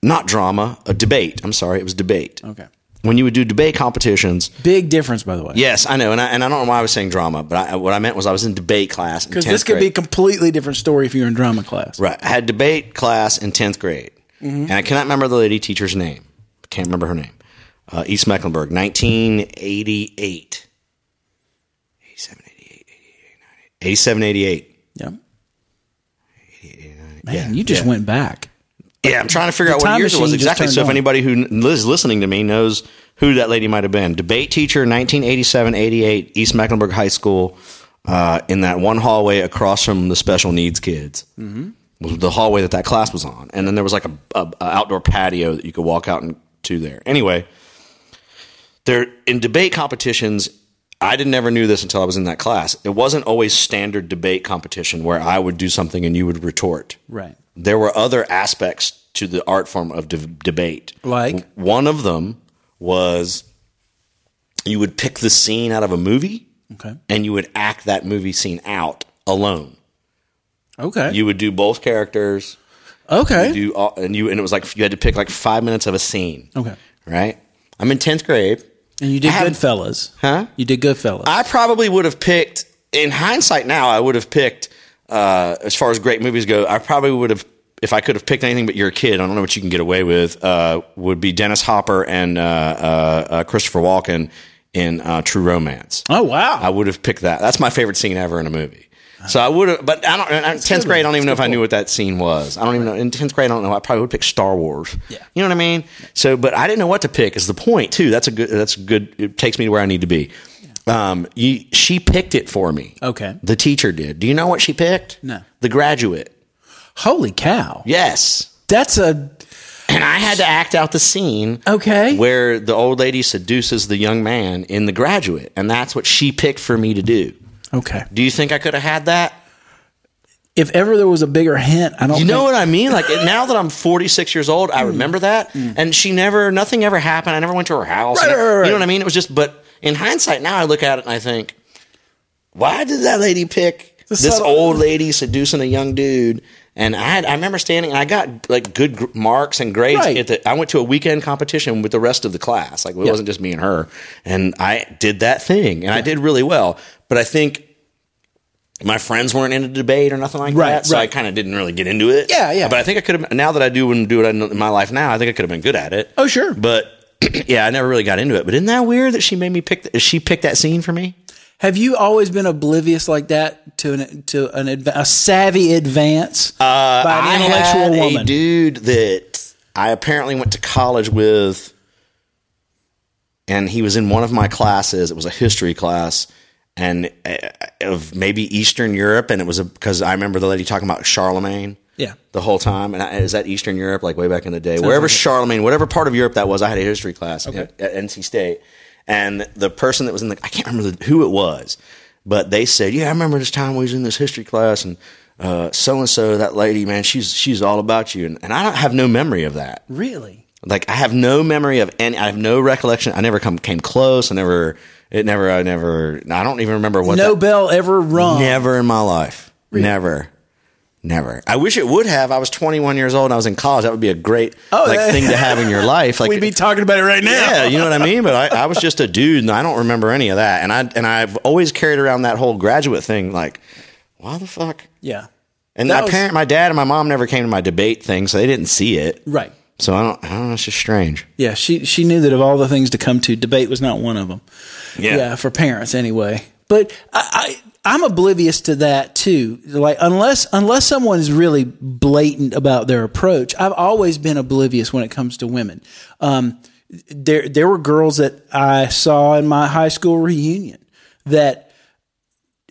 S2: not drama, a debate. I'm sorry, it was debate.
S1: Okay.
S2: When you would do debate competitions,
S1: Big difference, by the way.
S2: yes, I know. And I, and I don't know why I was saying drama, but I, what I meant was I was in debate class.
S1: Because this could be a completely different story if you're in drama class.
S2: Right. I had debate class in 10th grade.
S1: Mm-hmm.
S2: And I cannot remember the lady teacher's name. Can't remember her name. Uh, East Mecklenburg, 1988. 87, 88, 87, 88.
S1: Yeah. Man, you just went back.
S2: Yeah, I'm trying to figure out what
S1: time
S2: years it was
S1: machine just
S2: exactly.
S1: turned
S2: So if
S1: on.
S2: anybody who n- is listening to me knows who that lady might have been, debate teacher, 1987, 88, East Mecklenburg High School, uh, in that one hallway across from the special needs kids. Mm-hmm. Was the hallway that that class was on, and then there was like a, a, a outdoor patio that you could walk out into there. Anyway, there in debate competitions i did never knew this until i was in that class it wasn't always standard debate competition where i would do something and you would retort
S1: Right.
S2: there were other aspects to the art form of de- debate
S1: Like?
S2: W- one of them was you would pick the scene out of a movie
S1: Okay.
S2: and you would act that movie scene out alone
S1: Okay.
S2: you would do both characters
S1: okay.
S2: do all, and you and it was like you had to pick like five minutes of a scene
S1: okay.
S2: right i'm in 10th grade
S1: And you did
S2: I haven't-
S1: Goodfellas.
S2: Huh?
S1: You did Goodfellas.
S2: I probably would have picked, in hindsight now, I would have picked, uh, as far as great movies go, I probably would have, if I could have picked anything but You're a Kid, I don't know what you can get away with, uh, would be Dennis Hopper and uh, uh, uh, Christopher Walken in uh, True Romance.
S1: oh, wow.
S2: I would have picked that. That's my favorite scene ever in a movie. So I would have, but I don't. In tenth grade, I don't even know if I knew what that scene was. I don't even know. In tenth grade, I don't know. I probably would pick Star Wars.
S1: Yeah.
S2: you know what I mean. So, but I didn't know what to pick. Is the point too? That's a good. That's good. It takes me to where I need to be. Um, you, she picked it for me.
S1: Okay.
S2: The teacher did. Do you know what she picked?
S1: No.
S2: The Graduate.
S1: Holy cow.
S2: Yes.
S1: That's a.
S2: And I had to act out the scene.
S1: Okay.
S2: Where the old lady seduces the young man in The Graduate, and that's what she picked for me to do.
S1: Okay.
S2: Do you think I could have had that?
S1: If ever there was a bigger hint, I don't
S2: You
S1: think- Hmm.
S2: know what I mean? Like it- now that I'm 46 years old, I remember that. And she never, nothing ever happened. I never went to her house.
S1: Right,
S2: And I-
S1: right, right,
S2: You know what
S1: right.
S2: I mean? It was just, but in hindsight, now I look at it and I think, why did that lady pick
S1: It's a
S2: this
S1: subtle-
S2: old lady seducing a young dude? And I, had, I remember standing. and I got like good gr- marks and grades.
S1: Right.
S2: At the, I went to a weekend competition with the rest of the class. Like it wasn't just me and her. And I did that thing, and I did really well. But I think my friends weren't into debate or nothing like
S1: Right,
S2: that, so I
S1: right.
S2: kind of didn't really get into it.
S1: Yeah, yeah.
S2: But I think I could have. Now that I do and do it in my life now, I think I could have been good at it.
S1: Oh, sure.
S2: But [CLEARS THROAT] yeah, I never really got into it. But isn't that weird that she made me pick? The, she picked that scene for me.
S1: Have you always been oblivious like that to an to an adva- a savvy advance uh, by
S2: I
S1: an intellectual
S2: had
S1: woman?
S2: a dude that I apparently went to college with, and he was in one of my classes. It was a history class, and uh, of maybe Eastern Europe, and it was because I remember the lady talking about Charlemagne.
S1: Yeah.
S2: the whole time. And I, is that Eastern Europe, like way back in the day? Wherever Charlemagne, whatever part of Europe that was, I had a history class at, at NC State. And the person that was in the, I can't remember the, who it was, but they said, yeah, I remember this time we was in this history class and so and so, that lady, man, she's she's all about you. And, and I don't have no memory of that.
S1: Really?
S2: Like I have no memory of any. I have no recollection. I never come came close. I never. It never. I never. I don't even remember what.
S1: No
S2: that-
S1: bell ever rung.
S2: Never in my life. Never. Never. I wish it would have. I was 21 years old and I was in college. That would be a great
S1: Oh,
S2: like
S1: that-
S2: thing to have
S1: [LAUGHS]
S2: in your life. Like
S1: We'd be talking about it right now.
S2: yeah, you know what I mean. But I, I was just a dude, and I don't remember any of that. And I and I've always carried around that whole graduate thing. Like, why the fuck?
S1: Yeah.
S2: And
S1: That
S2: my
S1: was-
S2: parent, my dad, and my mom never came to my debate thing, so they didn't see it.
S1: Right.
S2: So I don't. I don't know. It's just strange.
S1: Yeah. She she knew that of all the things to come to, debate was not one of them.
S2: Yeah.
S1: for parents anyway. But I, I I'm oblivious to that too. Like unless unless someone is really blatant about their approach, I've always been oblivious when it comes to women. Um, there there were girls that I saw in my high school reunion that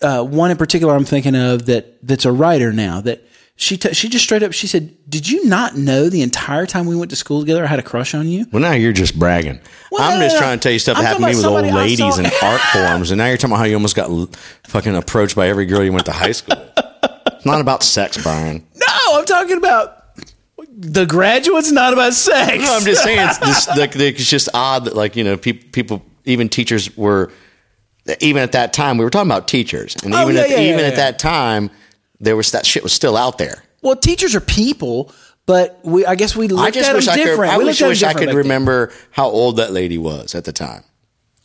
S1: uh, one in particular I'm thinking of that that's a writer now that she t- she just straight up she said, "Did you not know the entire time we went to school together I had a crush on you?"
S2: Well, now you're just bragging.
S1: Well,
S2: I'm
S1: no, no,
S2: just
S1: no.
S2: trying to tell you stuff that
S1: I'm
S2: happened to me with
S1: talking about
S2: old
S1: somebody I
S2: ladies
S1: saw-
S2: and [LAUGHS] art forms, and now you're talking about how you almost got l- fucking approached by every girl you went to high school. It's not about sex, Brian.
S1: No, I'm talking about the graduate's not about sex.
S2: [LAUGHS] No, I'm just saying it's just, like, it's just odd that like you know peop people even teachers were even at that time we were talking about teachers and
S1: Oh,
S2: even
S1: yeah,
S2: at,
S1: yeah, yeah,
S2: even
S1: yeah,
S2: at
S1: yeah.
S2: that time there was that shit was still out there.
S1: Well, teachers are people, but we I guess we looked
S2: I just
S1: at
S2: wish
S1: them
S2: I could.
S1: different.
S2: I
S1: we looked
S2: wish,
S1: at them
S2: wish I
S1: different
S2: could
S1: back then.
S2: remember how old that lady was at the time.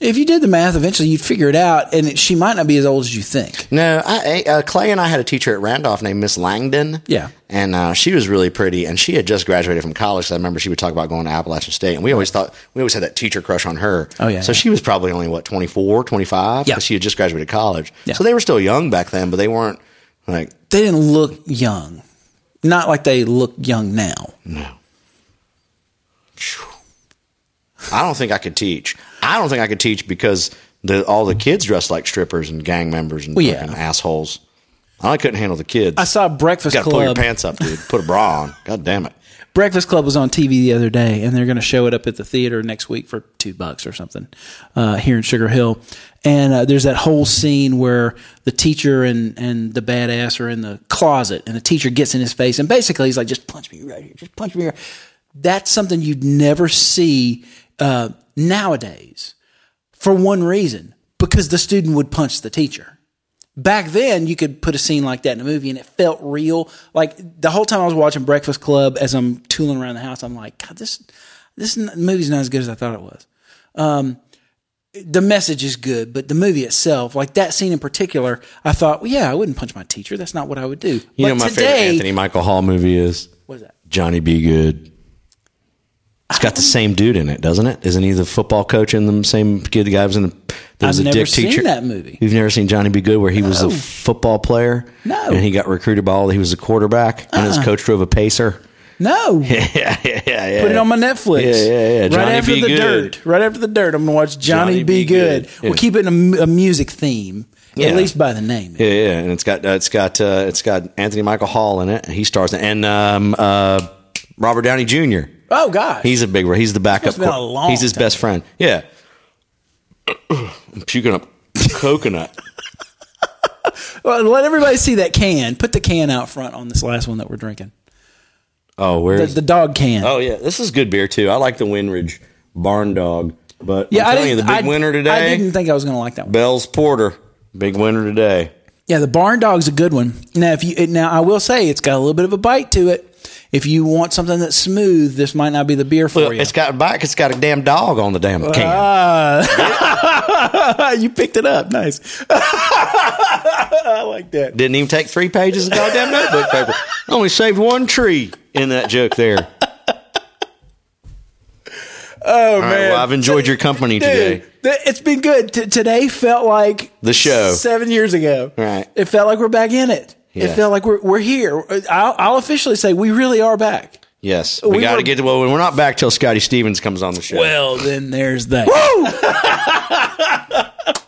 S1: If you did the math, eventually you'd figure it out, and it, she might not be as old as you think.
S2: No, I, I- uh, Clay and I had a teacher at Randolph named Miss Langdon.
S1: Yeah.
S2: and uh, she was really pretty, and she had just graduated from college. So I remember she would talk about going to Appalachian State, and we always thought we always had that teacher crush on her.
S1: Oh, yeah,
S2: so
S1: yeah.
S2: she was probably only what 24, 25?
S1: Yeah.
S2: 'Cause she had just graduated college.
S1: Yeah.
S2: So they were still young back then, but they weren't like
S1: They didn't look young, not like they look young now.
S2: no. Phew. I don't think I could teach. I don't think I could teach because the, all the kids dressed like strippers and gang members and
S1: Well, yeah.
S2: fucking assholes. I couldn't handle the kids.
S1: I saw Breakfast
S2: You gotta pull your
S1: Club.
S2: pants up, dude. Put a bra on. God damn it.
S1: Breakfast Club was on TV the other day, and they're going to show it up at the theater next week for two bucks or something uh, here in Sugar Hill. And uh, there's that whole scene where the teacher and, and the badass are in the closet, and the teacher gets in his face, and basically he's like, "Just punch me right here, just punch me." Right. here." That's something you'd never see uh, nowadays, for one reason, because the student would punch the teacher back then you could put a scene like that in a movie and it felt real like the whole time i was watching breakfast club as i'm tooling around the house i'm like god this this n- movie's not as good as i thought it was um, the message is good but the movie itself like that scene in particular i thought well yeah i wouldn't punch my teacher that's not what i would do
S2: You
S1: but
S2: know my favorite Anthony Michael Hall movie is
S1: what is that
S2: Johnny Be Good. It's got the same dude in it, doesn't it? Isn't he the football coach and the same kid? The guy was in the, there was
S1: I've
S2: a
S1: never
S2: dick
S1: seen
S2: teacher.
S1: that movie.
S2: You've never seen Johnny Be Good, where he was a football player.
S1: No.
S2: and he got recruited by all. He was a quarterback, and his coach drove a pacer.
S1: no
S2: Uh-uh. [LAUGHS] yeah, yeah, yeah.
S1: Put it on my Netflix.
S2: Yeah, yeah, yeah.
S1: Right
S2: Johnny
S1: after
S2: Be
S1: the
S2: Good.
S1: dirt. Right after the dirt, I'm gonna watch Johnny,
S2: Johnny
S1: Be,
S2: Be
S1: Good.
S2: Good.
S1: We'll
S2: Yeah.
S1: keep it in a, mu- a music theme,
S2: Yeah.
S1: at least by the name.
S2: Yeah, yeah, and it's got uh, it's got uh, it's got Anthony Michael Hall in it. and He stars in it. and um, uh, Robert Downey Jr.
S1: Oh gosh,
S2: He's a big. He's the backup.
S1: It's been a long
S2: he's his
S1: time.
S2: best friend. Yeah. [CLEARS THROAT] I'm puking up coconut.
S1: Well, let everybody see that can. Put the can out front on this last one that we're drinking.
S2: Oh, where?
S1: The,
S2: is
S1: the dog can.
S2: oh yeah, this is good beer too. I like the Winridge Barn Dog, but
S1: yeah,
S2: I'm
S1: I
S2: telling you, the
S1: didn't-
S2: big
S1: I-
S2: winner
S1: I
S2: today,
S1: didn't think I was going to like that one.
S2: Bell's Porter, big winner today.
S1: Yeah, the barn dog's a good one. Now, if you now, I will say it's got a little bit of a bite to it. If you want something that's smooth, this might not be the beer for
S2: Well,
S1: you.
S2: it's got back. It's got a damn dog on the damn can.
S1: Ah. [LAUGHS] you picked it up, nice. [LAUGHS] I like that.
S2: Didn't even take three pages of goddamn notebook [LAUGHS] paper. Only saved one tree in that joke there. Oh man! well, I've enjoyed your company today.
S1: Dude, th- it's been good. T- today felt like
S2: The show.
S1: seven years ago.
S2: Right.
S1: It felt like we're back in it. It
S2: Yeah.
S1: felt like we're we're here. I'll, I'll officially say we really are back.
S2: Yes, we,
S1: We
S2: got
S1: were-
S2: to get to. Well, we're not back till Scotty Stevens comes on the show.
S1: Well, then there's that.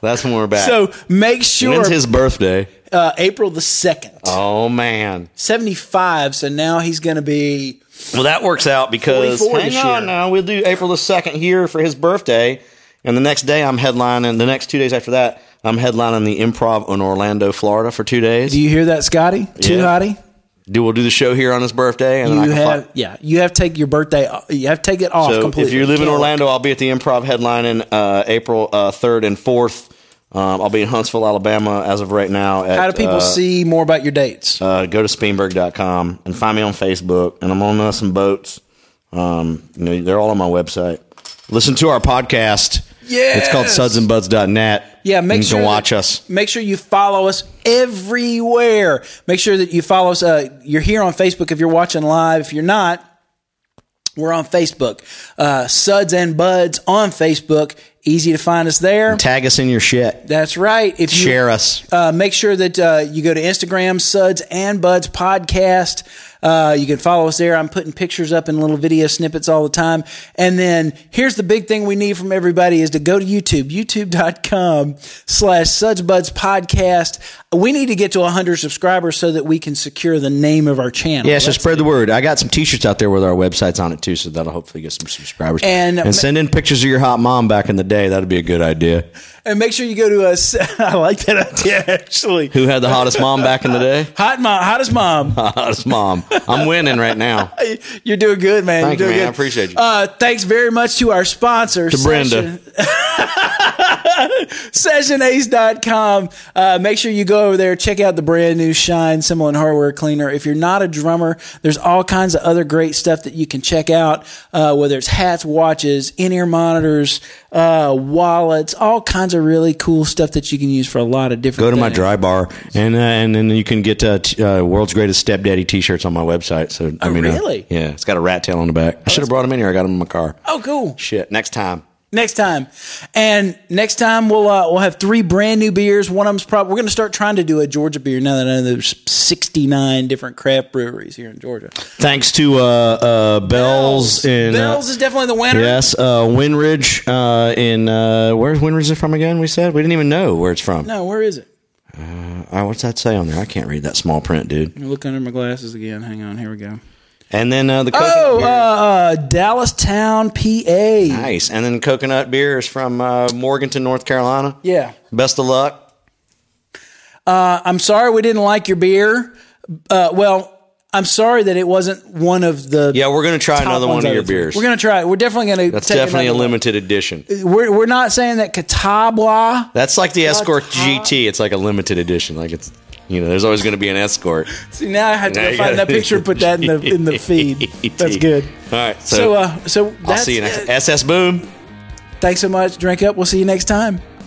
S2: That's when we're back.
S1: So make sure
S2: when's his birthday?
S1: uh, April the second,
S2: Oh man!
S1: seventy five. So now he's going to be
S2: Well, that works out because
S1: 44
S2: hang
S1: this year.
S2: on now. We'll do April the second here for his birthday, and the next day I'm headlining. The next two days after that, I'm headlining the Improv in Orlando, Florida, for two days.
S1: Do you hear that, Scotty? Too
S2: Yeah.
S1: hottie.
S2: do we'll do the show here on his birthday, and then I
S1: You
S2: can
S1: have
S2: fly-
S1: yeah. You have to take your birthday. o- You have to take it off
S2: So
S1: completely.
S2: if you live in
S1: Can't work.
S2: Orlando, I'll be at the Improv headlining uh, April third and fourth. Um, I'll be in Huntsville, Alabama, as of right now. At,
S1: how do people
S2: uh,
S1: see more about your dates?
S2: uh, go to Speenberg.com and find me on Facebook. And I'm on uh, some boats. Um, you know, they're all on my website. Listen to our podcast.
S1: Yes!
S2: It's called sudsandbuds.net.
S1: Yeah, make
S2: you
S1: sure
S2: can
S1: that-
S2: watch us.
S1: Make sure you follow us everywhere. Make sure that you follow us. Uh, you're here on Facebook if you're watching live. If you're not, we're on Facebook. Uh, Suds and Buds on Facebook. Easy to find us there.
S2: Tag us in your shit.
S1: That's right. If you
S2: Share us.
S1: uh, make sure that uh, you go to Instagram, Suds and Buds Podcast. Uh, you can follow us there. I'm putting pictures up in little video snippets all the time. And then here's the big thing we need from everybody is to go to YouTube, youtube.com slash Suds Buds Podcast. We need to get to 100 subscribers so that we can secure the name of our channel.
S2: Yeah, so spread the word. I got some T-shirts out there with our websites on it too, so that'll hopefully get some subscribers.
S1: And-
S2: and send in pictures of your hot mom back in the day. That'd be a good idea.
S1: And make sure you go to us. [LAUGHS] I like that idea, actually.
S2: Who had the hottest mom back in the day? [LAUGHS]
S1: Hot mom, hottest mom.
S2: hottest mom. I'm winning right now.
S1: [LAUGHS] You're doing good, Uh, man.
S2: Thank you,
S1: You're doing good.
S2: man. I appreciate you.
S1: [LAUGHS] Uh, thanks very much to our sponsor,
S2: To Brenda.
S1: Session- SessionAce.com. Uh, make sure you go over there, check out the brand new Shine Simulon Hardware Cleaner. If you're not a drummer, there's all kinds of other great stuff that you can check out, uh, whether it's hats, watches, in ear monitors, uh, wallets, all kinds of really cool stuff that you can use for a lot of different
S2: Go to my
S1: things.
S2: dry bar, and uh, and then you can get uh, t- uh, world's greatest stepdaddy T-shirts on my website. So I mean, uh,
S1: really?
S2: yeah, it's got a rat tail on the back. I should have brought him in here. I got him in my car.
S1: Oh, cool.
S2: Shit, next time.
S1: next time and next time we'll uh, we'll have three brand new beers one of them's probably we're going to start trying to do a georgia beer now that i know there's 69 different craft breweries here in georgia
S2: Thanks to uh, uh, Bells in uh,
S1: bells is definitely the winner
S2: yes, uh, Winridge uh, in uh, where's Winridge from again? We said we didn't even know where it's from.
S1: no where is it
S2: Uh, what's that say on there? I can't read that small print, dude.
S1: Let me look under my glasses again hang on here we go
S2: And then uh, the coconut
S1: oh uh,
S2: beer.
S1: uh dallas town pa
S2: nice. And then coconut beer is from uh, Morganton, North Carolina.
S1: yeah
S2: Best of luck.
S1: I'm sorry we didn't like your beer. Uh, well, I'm sorry that it wasn't one of the.
S2: Yeah, we're gonna try
S1: top
S2: another
S1: ones
S2: one of
S1: I
S2: your
S1: would drink.
S2: beers.
S1: We're gonna try it. We're definitely gonna.
S2: That's definitely a
S1: another one.
S2: limited edition.
S1: We're, we're not saying that Catawba.
S2: That's like the Escort GT. It's like a limited edition. Like it's you know, there's always going to be an Escort.
S1: See now I have to
S2: Now
S1: go
S2: you
S1: find
S2: gotta-
S1: that picture and put that in the in the
S2: [LAUGHS]
S1: feed. That's good.
S2: E All right, so,
S1: So uh, so
S2: I'll
S1: that's
S2: see you next
S1: it.
S2: SS Boom.
S1: Thanks so much. Drink up. We'll see you next time.